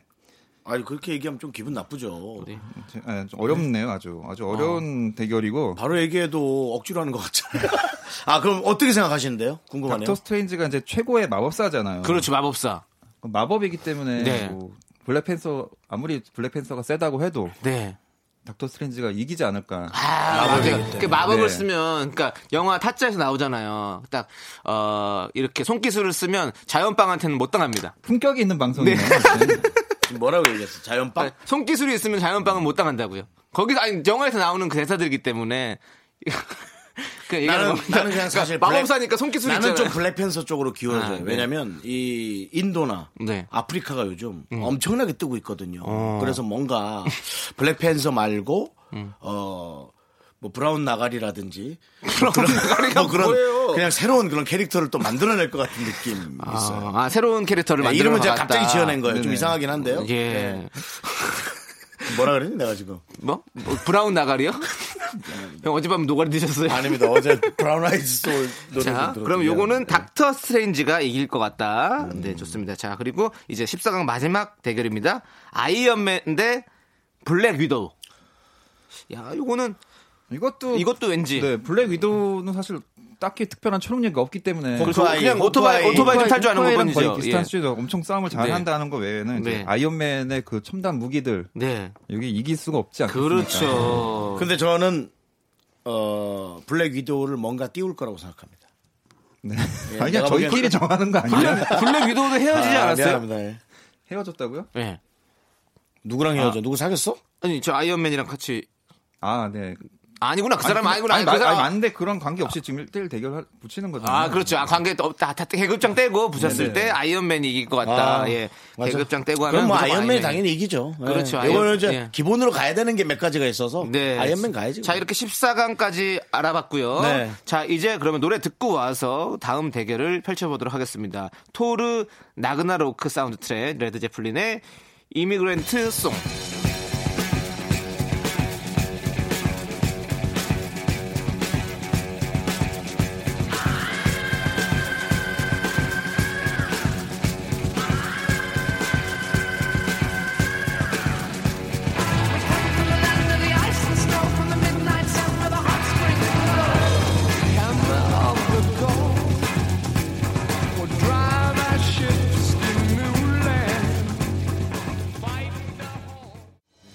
Speaker 1: 아니 그렇게 얘기하면 좀 기분 나쁘죠.
Speaker 2: 우리-
Speaker 10: 제- 아, 좀 어렵네요, 아주 아주 어려운 대결이고
Speaker 2: 아,
Speaker 1: 바로 얘기해도 억지로 하는 것 같잖아요. (laughs) 아 그럼 어떻게 생각하시는데요? 궁금하네요.
Speaker 10: 닥터 스트레인지가 이제 최고의 마법사잖아요.
Speaker 2: 그렇죠, 마법사.
Speaker 10: 그럼 마법이기 때문에
Speaker 2: 네.
Speaker 10: 뭐 블랙팬서 아무리 블랙팬서가 세다고 해도
Speaker 2: 네.
Speaker 10: 닥터 스트레인지가 이기지 않을까.
Speaker 2: 아, 맞아요. 그 마법을
Speaker 10: 네.
Speaker 2: 쓰면, 그러니까 영화 타짜에서 나오잖아요. 딱, 어, 이렇게 손기술을 쓰면 자연빵한테는 못 당합니다.
Speaker 10: 품격이 있는 방송이네요. 네.
Speaker 1: 지금 뭐라고 얘기했어? 자연빵?
Speaker 2: 아니, 네. 손기술이 있으면 자연빵은 못 당한다고요. 거기서, 아니, 영화에서 나오는 그 대사들이기 때문에. (laughs) 그 얘기하는
Speaker 1: 나는,
Speaker 2: 겁니다.
Speaker 1: 나는 그냥 사실
Speaker 2: 그러니까
Speaker 1: 블랙-
Speaker 2: 마법사니까 손기술이
Speaker 1: 나는 좀
Speaker 2: 있잖아요.
Speaker 1: 블랙팬서 쪽으로 기울어져요.
Speaker 2: 아, 네.
Speaker 1: 왜냐면 이 인도나
Speaker 2: 네. 음. 어.
Speaker 1: 아프리카가 요즘 엄청나게 뜨고 있거든요. 그래서
Speaker 2: (laughs)
Speaker 1: 뭔가 블랙팬서 말고
Speaker 2: 음.
Speaker 1: 어. 뭐 브라운
Speaker 2: (laughs)
Speaker 1: 나가리라든지 브라운 나가리가 그런
Speaker 2: 뭐예요?
Speaker 1: 그냥 새로운 그런 캐릭터를 또 만들어낼 것 같은 느낌 이 있어요.
Speaker 2: 아, 아, 새로운 캐릭터를
Speaker 1: 네,
Speaker 2: 만들어
Speaker 1: 이름은 제가
Speaker 2: 나갔다.
Speaker 1: 갑자기 지어낸 거예요. 네. 좀
Speaker 10: 네네.
Speaker 1: 이상하긴 한데요.
Speaker 2: 예.
Speaker 1: 뭐라 그랬니 내가 지금?
Speaker 2: 뭐? 뭐,
Speaker 1: (laughs)
Speaker 2: 브라운 나가리요? 형 어젯밤 노가리 드셨어요?
Speaker 1: 아닙니다. 어제 브라운 아이즈 소울 노래
Speaker 2: 네. 자, 그럼 요거는
Speaker 1: 네.
Speaker 2: 닥터 스트레인지가 이길 것 같다.
Speaker 1: 음.
Speaker 2: 네, 좋습니다. 자, 그리고 이제 14강 마지막 대결입니다. 아이언맨 대 블랙 위도우. 야, 요거는
Speaker 10: 이것도
Speaker 2: 이것도 왠지
Speaker 10: 네, 블랙 위도우는 사실 딱히 특별한 초능력이 없기 때문에
Speaker 2: 그래서 그냥 오토바이
Speaker 1: 오토바이.
Speaker 2: 오토바이 좀 탈주하는
Speaker 10: 호파이랑
Speaker 2: 것뿐이죠.
Speaker 10: 거의 비슷한
Speaker 2: 예.
Speaker 10: 수준에서 엄청 싸움을
Speaker 2: 네.
Speaker 10: 잘한다는 것 외에는 이제
Speaker 2: 네.
Speaker 10: 아이언맨의 그 첨단 무기들
Speaker 2: 네.
Speaker 10: 여기 이길 수가 없지 않겠습니까?
Speaker 2: 그렇죠.
Speaker 1: 근데 저는 어 블랙 위도우를 뭔가 띄울 거라고 생각합니다.
Speaker 10: 네.
Speaker 1: 예,
Speaker 10: 아니
Speaker 1: 내가
Speaker 10: 그냥 저희끼리
Speaker 1: 보기엔-
Speaker 10: 정하는 거 아니에요?
Speaker 2: 블랙 위도우도 헤어지지
Speaker 1: 아,
Speaker 2: 않았어요?
Speaker 1: 미안합니다. 예.
Speaker 10: 헤어졌다고요?
Speaker 2: 예.
Speaker 1: 누구랑 헤어져?
Speaker 2: 아,
Speaker 1: 누구 사귀었어?
Speaker 2: 아니, 저 아이언맨이랑 같이
Speaker 10: 아, 네.
Speaker 2: 아니구나. 그 사람 아니구나.
Speaker 10: 아니,
Speaker 2: 그
Speaker 10: 마-
Speaker 2: 사람
Speaker 10: 아니, 맞는데 그런 관계 없이 지금 1대1 대결 할- 붙이는 거잖아요.
Speaker 2: 아, 그렇죠. 아, 관계 또 없다. 다 계급장 떼고 부셨을 때 아이언맨이 이길 것 같다.
Speaker 1: 아,
Speaker 2: 예.
Speaker 1: 맞아.
Speaker 2: 계급장 떼고 하면
Speaker 1: 그럼 뭐
Speaker 2: 무조건
Speaker 1: 아이언맨이
Speaker 2: 아이언맨이.
Speaker 1: 당연히 이기죠.
Speaker 2: 그렇죠.
Speaker 1: 예. 이거는
Speaker 2: 아이언-
Speaker 1: 이제
Speaker 2: 예.
Speaker 1: 기본으로 가야 되는 게 몇 가지가 있어서
Speaker 2: 네.
Speaker 1: 아이언맨 가야지.
Speaker 2: 자, 이렇게 14강까지 알아봤고요.
Speaker 1: 네.
Speaker 2: 자, 이제 그러면 노래 듣고 와서 다음 대결을 펼쳐보도록 하겠습니다. 토르 나그나로크 사운드 트랙 레드 제플린의 이미그랜트 송.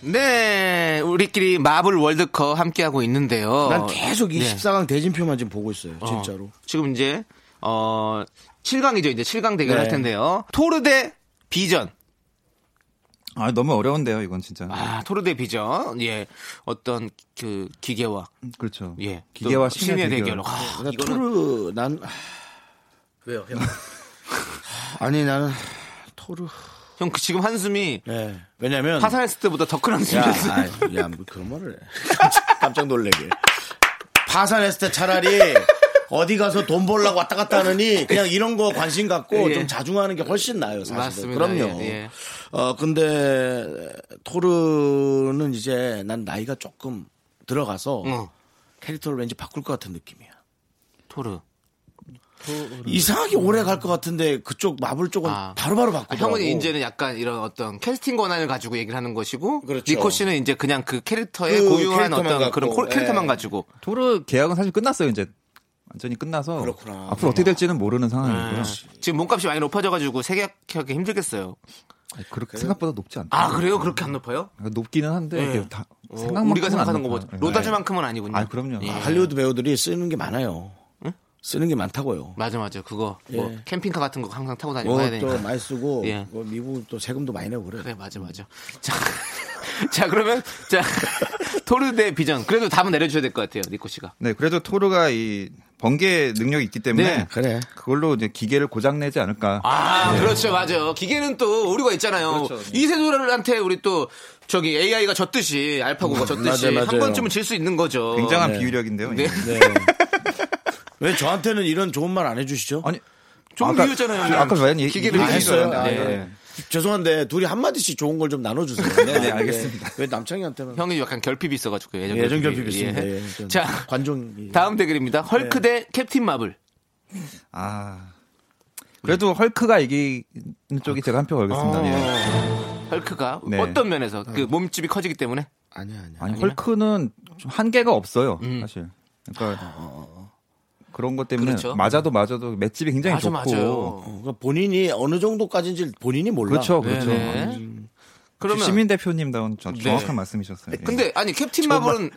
Speaker 2: 네, 우리끼리 마블 월드컵 함께하고 있는데요.
Speaker 1: 난 계속
Speaker 2: 네.
Speaker 1: 24강 대진표만 지금 보고 있어요.
Speaker 2: 어,
Speaker 1: 진짜로.
Speaker 2: 지금 이제 어 7강이죠. 이제 7강 대결 할
Speaker 1: 네.
Speaker 2: 텐데요. 토르 대 비전.
Speaker 10: 아 너무 어려운데요 이건 진짜.
Speaker 2: 아, 토르 대 비전. 예. 어떤 그 기계와
Speaker 10: 그렇죠.
Speaker 2: 예.
Speaker 10: 기계와
Speaker 2: 또
Speaker 10: 신의 대결.
Speaker 2: 아,
Speaker 1: 나
Speaker 2: 이거는 아.
Speaker 1: 토르 난
Speaker 2: (laughs) 왜요? 형?
Speaker 1: 아니 나는 토르.
Speaker 2: 형, 그 지금 한숨이
Speaker 1: 네. 왜냐면
Speaker 2: 파산했을 때보다 더 큰
Speaker 1: 야,
Speaker 2: 한숨이었어.
Speaker 1: 아이, 야, 뭐 그런 말을 해. (laughs) 깜짝 놀래게. 파산했을 때 차라리 어디 가서 돈 벌려고 왔다 갔다 하느니 그냥 이런 거 관심 갖고
Speaker 2: 예.
Speaker 1: 좀 자중하는 게 훨씬 나아요, 사실.
Speaker 2: 맞습니다.
Speaker 1: 그럼요.
Speaker 2: 예, 예.
Speaker 1: 어, 근데 토르는 이제 난 나이가 조금 들어가서
Speaker 2: 어.
Speaker 1: 캐릭터를 왠지 바꿀 것 같은 느낌이야.
Speaker 2: 토르.
Speaker 1: 이상하게 오래 갈 것 같은데 그쪽 마블 쪽은
Speaker 2: 아.
Speaker 1: 바로바로
Speaker 2: 아,
Speaker 1: 바꾸더라고.
Speaker 2: 형은 이제는 약간 이런 어떤 캐스팅 권한을 가지고 얘기를 하는 것이고
Speaker 1: 그렇죠.
Speaker 2: 니코 씨는 이제 그냥 그 캐릭터의
Speaker 1: 그
Speaker 2: 고유한
Speaker 1: 캐릭터만
Speaker 2: 어떤 그런
Speaker 1: 갖고,
Speaker 2: 콜- 캐릭터만
Speaker 1: 예.
Speaker 2: 가지고
Speaker 10: 토르 계약은 사실 끝났어요 이제 완전히 끝나서
Speaker 1: 그렇구나.
Speaker 10: 앞으로 어떻게 될지는 모르는
Speaker 2: 아,
Speaker 10: 상황이고요.
Speaker 2: 지금 몸값이 많이 높아져가지고 세계하기 힘들겠어요.
Speaker 10: 아니, 그렇게 생각보다 높지 않다. 그러니까
Speaker 2: 아 그래요? 그렇게 안 높아요?
Speaker 10: 높기는 한데
Speaker 2: 네.
Speaker 10: 이게 다
Speaker 2: 어,
Speaker 10: 생각만큼은
Speaker 2: 우리가 생각하는
Speaker 10: 안
Speaker 2: 것보다
Speaker 10: 높아요.
Speaker 2: 로다주만큼은 아니군요.
Speaker 10: 아, 그럼요.
Speaker 2: 예.
Speaker 10: 아,
Speaker 1: 할리우드 배우들이 쓰는 게 많아요. 쓰는 게 많다고요.
Speaker 2: 맞아 맞아 그거 뭐
Speaker 1: 예.
Speaker 2: 캠핑카 같은 거 항상 타고 다니고 해야 되니까.
Speaker 1: 뭐또 많이 쓰고
Speaker 2: 예. 네.
Speaker 1: 뭐 미국 또 세금도 많이 내고 그래.
Speaker 2: 그래 맞아 맞아. (laughs) 자, 자 그러면 자 (laughs) 토르 대 비전 그래도 답은 내려주셔야 될 것 같아요 니코 씨가.
Speaker 10: 네, 그래도 토르가 이 번개 능력이 있기 때문에
Speaker 2: 네,
Speaker 1: 그래.
Speaker 10: 그걸로 이제 기계를 고장 내지 않을까.
Speaker 2: 아, 그렇죠, 맞아. 그렇죠. 네. 기계는 또 오류가 있잖아요. 이세돌한테 우리 또 저기 AI가 졌듯이 알파고가 졌듯이
Speaker 1: 맞아요,
Speaker 2: 한
Speaker 1: 맞아요.
Speaker 2: 번쯤은 질 수 있는 거죠.
Speaker 10: 굉장한
Speaker 1: 네.
Speaker 10: 비유력인데요.
Speaker 2: 네.
Speaker 10: 예.
Speaker 1: 네. (laughs) 왜 저한테는 이런 좋은 말 안 해주시죠?
Speaker 10: 아니,
Speaker 2: 좋은
Speaker 10: 아까-
Speaker 2: 비유잖아요.
Speaker 10: 아, 아까 왜 얘기-
Speaker 2: 기계를
Speaker 10: 아,
Speaker 2: 얘기해
Speaker 1: 했어요?
Speaker 2: 주셨는데.
Speaker 1: 아,
Speaker 2: 네.
Speaker 1: 예. 죄송한데 둘이 한 마디씩 좋은 걸 좀 나눠주세요.
Speaker 10: 네, 알겠습니다.
Speaker 1: 왜 남창희한테만?
Speaker 2: 형이 약간 결핍이 있어가지고
Speaker 10: 네,
Speaker 2: 예전,
Speaker 1: 예전 결핍이 있습니다.
Speaker 2: 예.
Speaker 1: 예, 좀
Speaker 2: 자,
Speaker 1: 관종이.
Speaker 2: 다음 대결입니다. 헐크
Speaker 10: 네.
Speaker 2: 대 캡틴 마블.
Speaker 10: 아.
Speaker 2: 네.
Speaker 10: 그래도 헐크가 이기는 쪽이 제가 한 표
Speaker 1: 어.
Speaker 2: 아.
Speaker 10: 걸겠습니다. 예.
Speaker 2: 헐크가
Speaker 10: 네.
Speaker 2: 어떤 면에서 그 몸집이 커지기 때문에
Speaker 1: 아니야 아니야.
Speaker 10: 아니, 헐크는 좀 한계가 없어요.
Speaker 2: 음.
Speaker 10: 사실. 그러니까 그런 것 때문에
Speaker 2: 아, 그렇죠.
Speaker 10: 맞아도 맞아도 맷집이 굉장히
Speaker 2: 맞아
Speaker 10: 좋고.
Speaker 2: 맞아요.
Speaker 1: 어, 그러니까 본인이 어느 정도까지인지 본인이 몰라.
Speaker 10: 그렇죠. 그렇죠.
Speaker 2: 네. 그러면
Speaker 10: 시민 대표님다운 저- 정확한
Speaker 2: 네.
Speaker 10: 말씀이셨어요. 예.
Speaker 2: 근데 아니 캡틴 마블은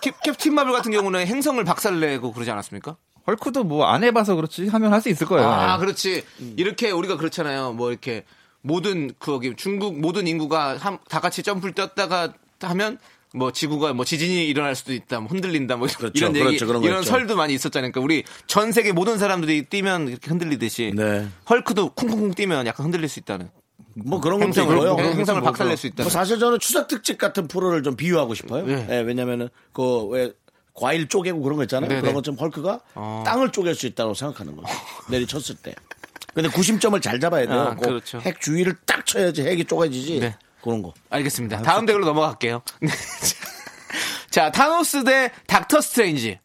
Speaker 2: 캡, 캡틴 마블 같은 경우는 행성을 박살내고 그러지 않았습니까?
Speaker 10: 헐크도 뭐 안 해봐서 그렇지 하면 할 수 있을 거예요.
Speaker 2: 아,
Speaker 10: 예.
Speaker 2: 그렇지.
Speaker 1: 음.
Speaker 2: 이렇게 우리가 그렇잖아요. 뭐 이렇게 모든 거기 중국 모든 인구가 함- 다 같이 점프를 뛰었다가 하면 뭐 지구가 뭐 지진이 일어날 수도 있다, 뭐 흔들린다, 뭐
Speaker 1: 그렇죠,
Speaker 2: 이런 얘기,
Speaker 1: 그렇죠, 그런 거
Speaker 2: 이런
Speaker 1: 있죠.
Speaker 2: 설도 많이 있었잖아요. 그러니까 우리 전 세계 모든 사람들이 뛰면 이렇게 흔들리듯이
Speaker 1: 네.
Speaker 2: 헐크도 쿵쿵쿵 뛰면 약간 흔들릴 수 있다는
Speaker 1: 뭐 그런 것도
Speaker 2: 행성,
Speaker 1: 있고요.
Speaker 2: 행성을 박살낼 수
Speaker 1: 뭐
Speaker 2: 있다는.
Speaker 1: 사실 저는 추석 특집 같은 프로를 좀 비유하고 싶어요.
Speaker 2: 예.
Speaker 1: 예, 왜냐면은 그 왜 과일 쪼개고 그런 거 있잖아요.
Speaker 2: 네네.
Speaker 1: 그런 것좀 헐크가
Speaker 2: 어.
Speaker 1: 땅을 쪼갤 수 있다고 생각하는 거죠. 내리쳤을 때. 근데 구심점을 잘 잡아야 돼요.
Speaker 2: 아,
Speaker 1: 그
Speaker 2: 그렇죠.
Speaker 1: 핵 주위를 딱 쳐야지 핵이 쪼개지지.
Speaker 2: 네.
Speaker 1: 아, 그런 거.
Speaker 2: 알겠습니다.
Speaker 1: 그렇죠.
Speaker 2: 다음 댓글로 넘어갈게요. (laughs) 네. 자, 타노스 대 닥터 스트레인지.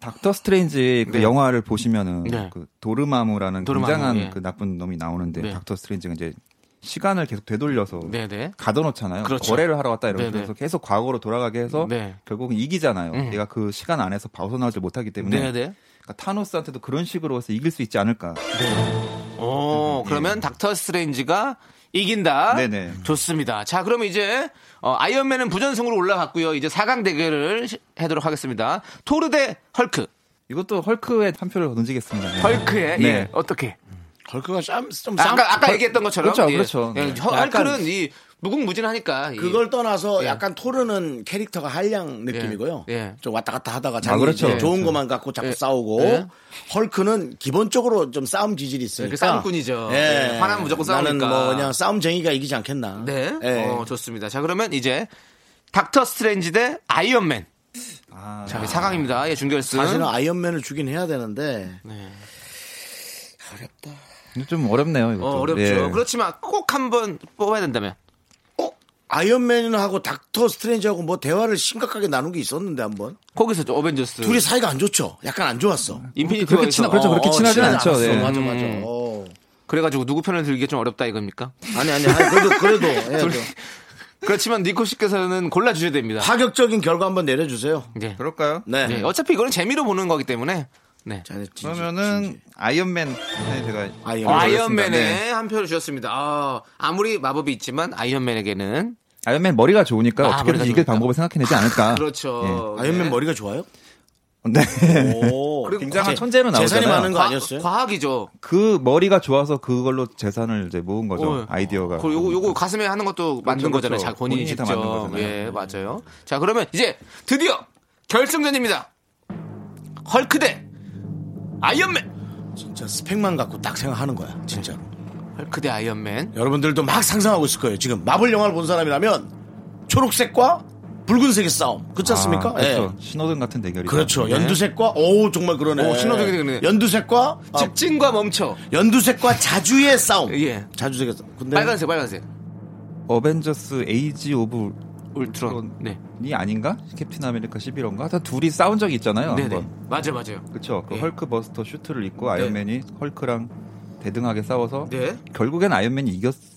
Speaker 10: 닥터 스트레인지 그
Speaker 2: 네.
Speaker 10: 영화를 보시면은
Speaker 2: 네.
Speaker 10: 그 도르마무라는
Speaker 2: 도르마무,
Speaker 10: 굉장한
Speaker 2: 예.
Speaker 10: 그 나쁜 놈이 나오는데
Speaker 2: 네.
Speaker 10: 닥터 스트레인지가 이제 시간을 계속 되돌려서
Speaker 2: 네네.
Speaker 10: 가둬놓잖아요.
Speaker 2: 그렇죠.
Speaker 10: 거래를 하러 왔다 이러면서
Speaker 2: 네네.
Speaker 10: 계속 과거로 돌아가게 해서
Speaker 2: 네.
Speaker 10: 결국은 이기잖아요.
Speaker 2: 음.
Speaker 10: 얘가 그 시간 안에서 벗어나지 못하기 때문에
Speaker 2: 네네.
Speaker 10: 그러니까 타노스한테도 그런 식으로 해서 이길 수 있지 않을까.
Speaker 2: 오, 그러면 닥터 스트레인지가 이긴다.
Speaker 10: 음, 예. 네네.
Speaker 2: 좋습니다. 자, 그럼 이제 어, 아이언맨은 부전승으로 올라갔고요. 이제 4강 대결을 시- 하도록 하겠습니다. 토르 대 헐크.
Speaker 10: 이것도 헐크에 한 표를 던지겠습니다. 네.
Speaker 2: 헐크의
Speaker 10: 네.
Speaker 2: 예, 어떻게?
Speaker 1: 헐크가 쌈, 좀
Speaker 2: 아,
Speaker 1: 쌈.
Speaker 2: 아까 아까 얘기했던 것처럼
Speaker 10: 그렇죠,
Speaker 2: 예.
Speaker 10: 그렇죠.
Speaker 2: 예,
Speaker 10: 네.
Speaker 2: 허- 헐크는 이 무궁무진하니까 이-
Speaker 1: 그걸 떠나서
Speaker 2: 예.
Speaker 1: 약간 토르는 캐릭터가 한량 느낌이고요.
Speaker 2: 예.
Speaker 1: 좀 왔다 갔다 하다가 자기
Speaker 10: 그렇죠.
Speaker 1: 이제 좋은
Speaker 10: 그렇죠.
Speaker 1: 것만 갖고 자꾸
Speaker 2: 예.
Speaker 1: 싸우고
Speaker 2: 예.
Speaker 1: 헐크는 기본적으로 좀 싸움 기질이 있으니까
Speaker 2: 그 싸움꾼이죠. 예, 화나면 무조건 싸우니까.
Speaker 1: 나는 뭐 그냥 싸움쟁이가 이기지 않겠나.
Speaker 2: 네.
Speaker 1: 예.
Speaker 2: 어, 좋습니다. 자, 그러면 이제 닥터 스트레인지 대 아이언맨.
Speaker 10: 아,
Speaker 2: 자, 4강입니다. 예, 준결승.
Speaker 1: 사실은 아이언맨을 주긴 해야 되는데
Speaker 2: 네.
Speaker 10: 좀 어렵네요. 이것도.
Speaker 2: 어, 어렵죠.
Speaker 10: 예.
Speaker 2: 그렇지만 꼭 한번 뽑아야 된다면.
Speaker 1: 어? 아이언맨하고 닥터 스트레인지하고 뭐 대화를 심각하게 나눈 게 있었는데 한번
Speaker 2: 거기서 좀 어벤져스.
Speaker 1: 둘이 사이가 안 좋죠. 약간 안 좋았어.
Speaker 2: 인피니티
Speaker 10: 그렇게
Speaker 2: 워에서-
Speaker 10: 친하- 그렇죠,
Speaker 2: 어,
Speaker 10: 그렇게
Speaker 2: 어,
Speaker 10: 친하진
Speaker 2: 친하지
Speaker 10: 않죠.
Speaker 2: 않았어.
Speaker 10: 예.
Speaker 2: 맞아,
Speaker 1: 맞아
Speaker 2: 맞아.
Speaker 1: 맞아. 어.
Speaker 2: 그래가지고 누구 편을 들기 좀 어렵다 이겁니까?
Speaker 1: 아니 아니 아니 그래도 그래도 해야죠.
Speaker 2: (laughs) 그렇지만 니코 씨께서는 골라 주셔야 됩니다.
Speaker 1: 파격적인 결과 한번 내려주세요.
Speaker 2: 네.
Speaker 10: 그럴까요?
Speaker 1: 네.
Speaker 2: 네, 어차피 이거는 재미로 보는 거기 때문에. 네.
Speaker 1: 잘했지.
Speaker 10: 그러면은 아이언맨 네, 제가
Speaker 1: 아이언맨.
Speaker 10: 골라보겠습니다.
Speaker 2: 아이언맨에
Speaker 10: 네.
Speaker 2: 한 표를 주셨습니다. 아, 아무리 마법이 있지만 아이언맨에게는
Speaker 10: 아이언맨 머리가 좋으니까
Speaker 2: 아,
Speaker 10: 어떻게든
Speaker 2: 머리가
Speaker 10: 이길
Speaker 2: 좋으니까.
Speaker 10: 방법을 생각해내지 않을까.
Speaker 2: (laughs) 그렇죠.
Speaker 1: 아이언맨 머리가 좋아요?
Speaker 10: 네.
Speaker 1: (laughs) 오.
Speaker 2: 그리고
Speaker 10: 굉장한
Speaker 1: 재-
Speaker 10: 천재로 나오잖아요.
Speaker 1: 재산이 많은 거
Speaker 2: 과-
Speaker 1: 아니었어요?
Speaker 2: 과학이죠.
Speaker 10: 그 머리가 좋아서 그걸로 재산을 이제 모은 거죠.
Speaker 2: 어,
Speaker 10: 아이디어가.
Speaker 2: 그리고 요거, 요거 가슴에 하는 것도 만든
Speaker 10: 그렇죠.
Speaker 2: 거잖아요. 자, 본인이
Speaker 10: 본인이
Speaker 2: 직접.
Speaker 10: 다 만든 거잖아요.
Speaker 2: 예, 맞아요. 자, 그러면 이제 드디어 결승전입니다. 헐크 대 아이언맨.
Speaker 1: 진짜 스펙만 갖고 딱 생각하는 거야, 진짜로.
Speaker 2: 헐크 대 아이언맨.
Speaker 1: 여러분들도 막 상상하고 있을 거예요. 지금 마블 영화를 본 사람이라면 초록색과 붉은색의 싸움. 그렇지 않습니까?
Speaker 10: 아,
Speaker 1: 예.
Speaker 10: 그렇죠.
Speaker 2: 네.
Speaker 10: 신호등 같은 대결이죠.
Speaker 1: 그렇죠. 연두색과 오 정말 그러네.
Speaker 2: 오, 신호등이 그러네.
Speaker 1: 연두색과 아, 네.
Speaker 2: 집진과 멈춰.
Speaker 1: 연두색과 자주의 싸움.
Speaker 2: 예.
Speaker 1: 자주색의 싸움. 근데
Speaker 2: 빨간색, 빨간색.
Speaker 10: 어벤져스 에이지 오브
Speaker 2: 울트론. 네.
Speaker 10: 이 아닌가? 캡틴 아메리카 11호인가? 하여튼 둘이 싸운 적이 있잖아요.
Speaker 2: 네네.
Speaker 10: 한번.
Speaker 2: 맞아요, 맞아요.
Speaker 10: 그렇죠. 그
Speaker 2: 예.
Speaker 10: 헐크 버스터 슈트를 입고 아이언맨이 헐크랑 대등하게 싸워서
Speaker 2: 네.
Speaker 10: 결국엔 아이언맨이 이겼어요.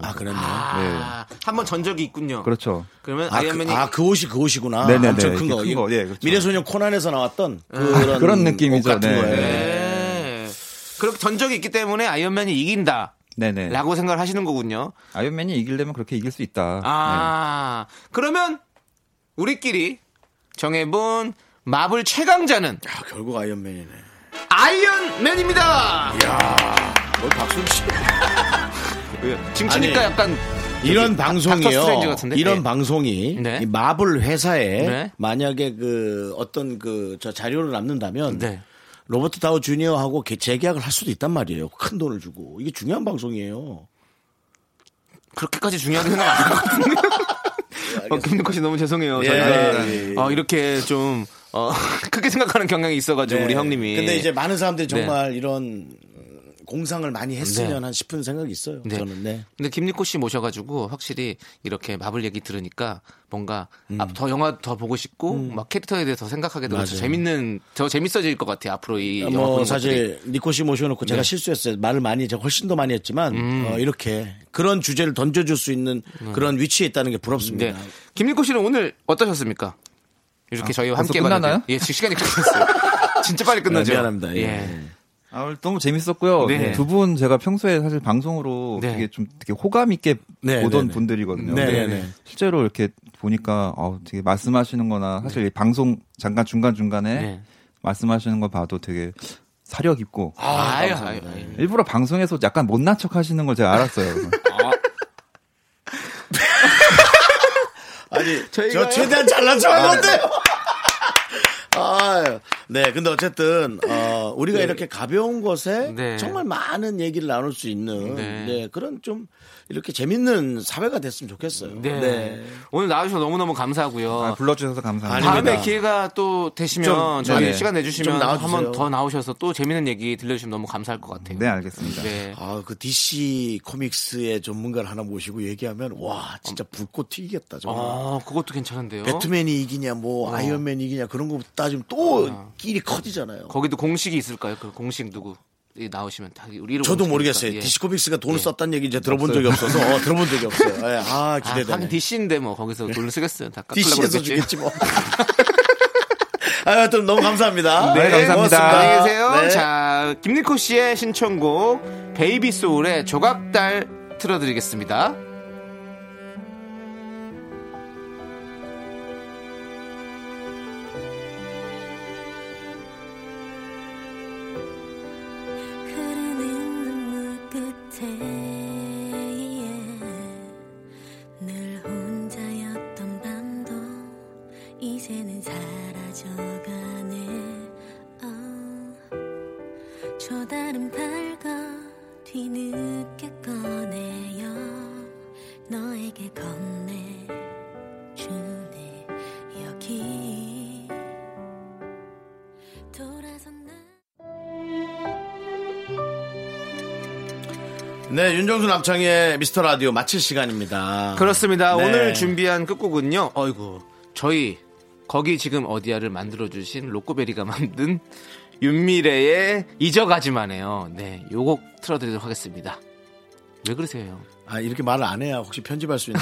Speaker 1: 아, 그랬네.
Speaker 2: 아, 한번 전적이 있군요.
Speaker 10: 그렇죠.
Speaker 2: 그러면
Speaker 1: 아,
Speaker 2: 아이언맨이
Speaker 1: 그, 아, 그 옷이 그 옷이구나.
Speaker 10: 네네네.
Speaker 1: 엄청 큰
Speaker 10: 이렇게
Speaker 1: 거.
Speaker 10: 큰 거, 예, 그렇죠.
Speaker 1: 미래소년 코난에서 나왔던
Speaker 10: 아, 그런 느낌이죠.
Speaker 1: 옷 같은
Speaker 10: 네.
Speaker 1: 거예요.
Speaker 2: 네. 그렇게 전적이 있기 때문에 아이언맨이 이긴다.
Speaker 10: 네네.
Speaker 2: 라고 생각을 하시는 거군요.
Speaker 10: 아이언맨이 이기려면 그렇게 이길 수 있다.
Speaker 2: 아, 그러면 우리끼리 정해본 마블 최강자는
Speaker 1: 아, 결국 아이언맨이네.
Speaker 2: 아이언맨입니다.
Speaker 1: 뭘 박수를 치
Speaker 2: 징치니까
Speaker 1: 아니,
Speaker 2: 약간
Speaker 1: 이런
Speaker 2: 닥터 스트레인지
Speaker 1: 방송이요.
Speaker 2: 같은데?
Speaker 1: 이런
Speaker 2: 예.
Speaker 1: 방송이
Speaker 2: 네.
Speaker 1: 이 마블 회사에
Speaker 2: 네.
Speaker 1: 만약에 그 어떤 그 저 자료를 남는다면
Speaker 2: 네.
Speaker 1: 로버트 다우 주니어하고 개- 재계약을 할 수도 있단 말이에요. 큰 돈을 주고 이게 중요한 방송이에요.
Speaker 2: 그렇게까지 중요한 생각 안할 것 같은데. 어, 김민코 씨 너무 죄송해요.
Speaker 1: 네, 예,
Speaker 2: 저희가
Speaker 1: 예, 예.
Speaker 2: 어, 이렇게 좀 어, (laughs) 크게 생각하는 경향이 있어가지고
Speaker 1: 네.
Speaker 2: 우리 형님이.
Speaker 1: 근데 이제 많은 사람들이
Speaker 2: 네.
Speaker 1: 정말 이런 공상을 많이 했으면 한 싶은 생각이 있어요.
Speaker 2: 네.
Speaker 1: 저는 네.
Speaker 2: 근데 김니코 씨 모셔가지고 확실히 이렇게 마블 얘기 들으니까 뭔가 앞- 더 영화 더 보고 싶고 막 캐릭터에 대해 서 생각하게 되고
Speaker 1: 음.
Speaker 2: 더
Speaker 1: 맞아요.
Speaker 2: 재밌는 더 재밌어질 것 같아요 앞으로 이 네. 영화
Speaker 1: 뭐
Speaker 2: 보는 것들이.
Speaker 1: 사실 니코 씨 모셔놓고 제가 실수했어요. 말을 많이 제가 훨씬 더 많이 했지만
Speaker 2: 음.
Speaker 1: 어, 이렇게 그런 주제를 던져줄 수 있는 그런 위치에 있다는 게 부럽습니다.
Speaker 2: 네. 김민코 씨는 오늘 어떠셨습니까? 이렇게 저희와
Speaker 10: 아, 벌써
Speaker 2: 함께
Speaker 10: 끝나나요?
Speaker 2: 해봤는데. 예, 지금 시간이 끝났어요. (laughs) 진짜 빨리 끝나죠.
Speaker 1: 네, 미안합니다. 예.
Speaker 10: 아, 오늘 너무 재밌었고요.
Speaker 2: 네.
Speaker 10: 두 분 제가 평소에 사실 방송으로
Speaker 2: 네.
Speaker 10: 되게 좀 되게 호감 있게
Speaker 1: 네,
Speaker 10: 보던
Speaker 1: 네, 네.
Speaker 10: 분들이거든요.
Speaker 1: 네,
Speaker 10: 근데
Speaker 1: 네, 네.
Speaker 10: 실제로 이렇게 보니까 어, 되게 말씀하시는 거나 사실 이 방송 잠깐 중간중간에
Speaker 2: 네.
Speaker 10: 말씀하시는 거 봐도 되게 사력 있고
Speaker 2: 아, 아유, 아유, 아유.
Speaker 1: 네.
Speaker 10: 일부러 방송에서 약간 못난 척 하시는 걸 제가
Speaker 1: (laughs)
Speaker 10: 알았어요.
Speaker 1: 아니
Speaker 2: 저희가요?
Speaker 1: 저 최대한 잘난 척한 건데. (laughs) 아, 네. 근데 어쨌든 어, 우리가 이렇게 가벼운 것에
Speaker 2: 네.
Speaker 1: 정말 많은 얘기를 나눌 수 있는
Speaker 2: 네.
Speaker 1: 네. 그런 좀 이렇게 재밌는 사회가 됐으면 좋겠어요.
Speaker 2: 네. 오늘 나와주셔서 너무너무 감사하고요.
Speaker 10: 아, 불러주셔서 감사합니다.
Speaker 1: 아닙니다.
Speaker 2: 다음에 기회가 또 되시면
Speaker 1: 좀,
Speaker 2: 저희
Speaker 10: 네.
Speaker 2: 시간
Speaker 1: 좀
Speaker 2: 내주시면
Speaker 1: 나와주세요.
Speaker 2: 한번 더 나오셔서 또 재밌는 얘기 들려주시면 너무 감사할 것 같아요.
Speaker 10: 네, 알겠습니다.
Speaker 2: 네.
Speaker 1: 아, 그 DC 코믹스의 전문가를 하나 모시고 얘기하면 와, 진짜 불꽃 튀기겠다. 정말.
Speaker 2: 아, 그것도 괜찮은데요. 어.
Speaker 1: 배트맨이 이기냐, 뭐 아이언맨이 이기냐 그런 거 따지면 또 끼리 커지잖아요.
Speaker 2: 아. 거기도 공식이 있을까요? 그 공식 누구 이 나오시면 다 우리 이름
Speaker 1: 저도
Speaker 2: 공식이니까.
Speaker 1: 모르겠어요.
Speaker 2: 예.
Speaker 1: DC 코믹스가 돈을 썼다는 얘기 이제 들어본 적이 없어서 어, 들어본 적이
Speaker 2: (laughs)
Speaker 1: 없어요. 예, 아,
Speaker 2: 아, 하긴
Speaker 1: 기대되네.
Speaker 2: DC인데 뭐 거기서 돈을 쓰겠어요. 다 깎으려고
Speaker 1: DC에서
Speaker 2: 그러겠지.
Speaker 1: 주겠지 뭐. (laughs) 아, 하여튼 너무 감사합니다.
Speaker 10: 네, 감사합니다.
Speaker 1: 고맙습니다.
Speaker 2: 안녕히 계세요.
Speaker 1: 네.
Speaker 2: 자, 김니코 씨의 신청곡 베이비 소울의 조각달 틀어드리겠습니다.
Speaker 3: 흐르는 눈물 끝에 늘 혼자였던 밤도 이제는 사라져가네 어, 저 다른 밝아 뒤늦게 꺼내요 너에게 건네주네 여기 돌아선 나
Speaker 1: 네, 윤정수 남창의 미스터 라디오 마칠 시간입니다.
Speaker 2: 그렇습니다.
Speaker 1: 네.
Speaker 2: 오늘 준비한 끝곡은요. 어이구, 저희 거기 지금 어디야를 만들어주신 로꼬베리가 (laughs) 만든 윤미래의 잊어가지만해요. 네, 요곡 틀어드리도록 하겠습니다. 왜 그러세요?
Speaker 1: (laughs) 아, 이렇게 말을 안 해야 혹시 편집할 수 있나.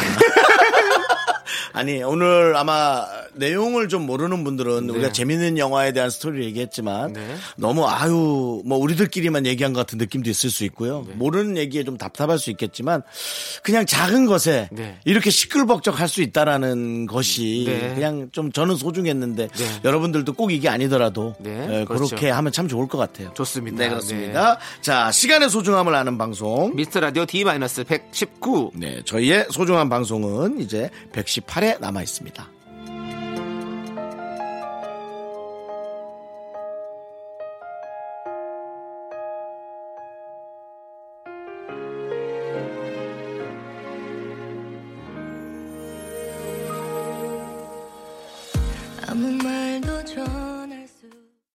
Speaker 1: 아니, 오늘 아마 내용을 좀 모르는 분들은
Speaker 2: 네.
Speaker 1: 우리가 재밌는 영화에 대한 스토리를 얘기했지만 너무 아유 뭐 우리들끼리만 얘기한 것 같은 느낌도 있을 수 있고요.
Speaker 2: 네.
Speaker 1: 모르는 얘기에 좀 답답할 수 있겠지만 그냥 작은 것에
Speaker 2: 네.
Speaker 1: 이렇게 시끌벅적할 수 있다라는 것이
Speaker 2: 네.
Speaker 1: 그냥 좀 저는 소중했는데
Speaker 2: 네.
Speaker 1: 여러분들도 꼭 이게 아니더라도
Speaker 2: 네,
Speaker 1: 예,
Speaker 2: 그렇죠.
Speaker 1: 그렇게 하면 참 좋을 것 같아요.
Speaker 2: 좋습니다.
Speaker 1: 네 그렇습니다. 자 시간의 소중함을 아는 방송.
Speaker 2: 미스터 라디오 D-119.
Speaker 1: 네 저희의 소중한 방송은 이제 118회 남아 있습니다.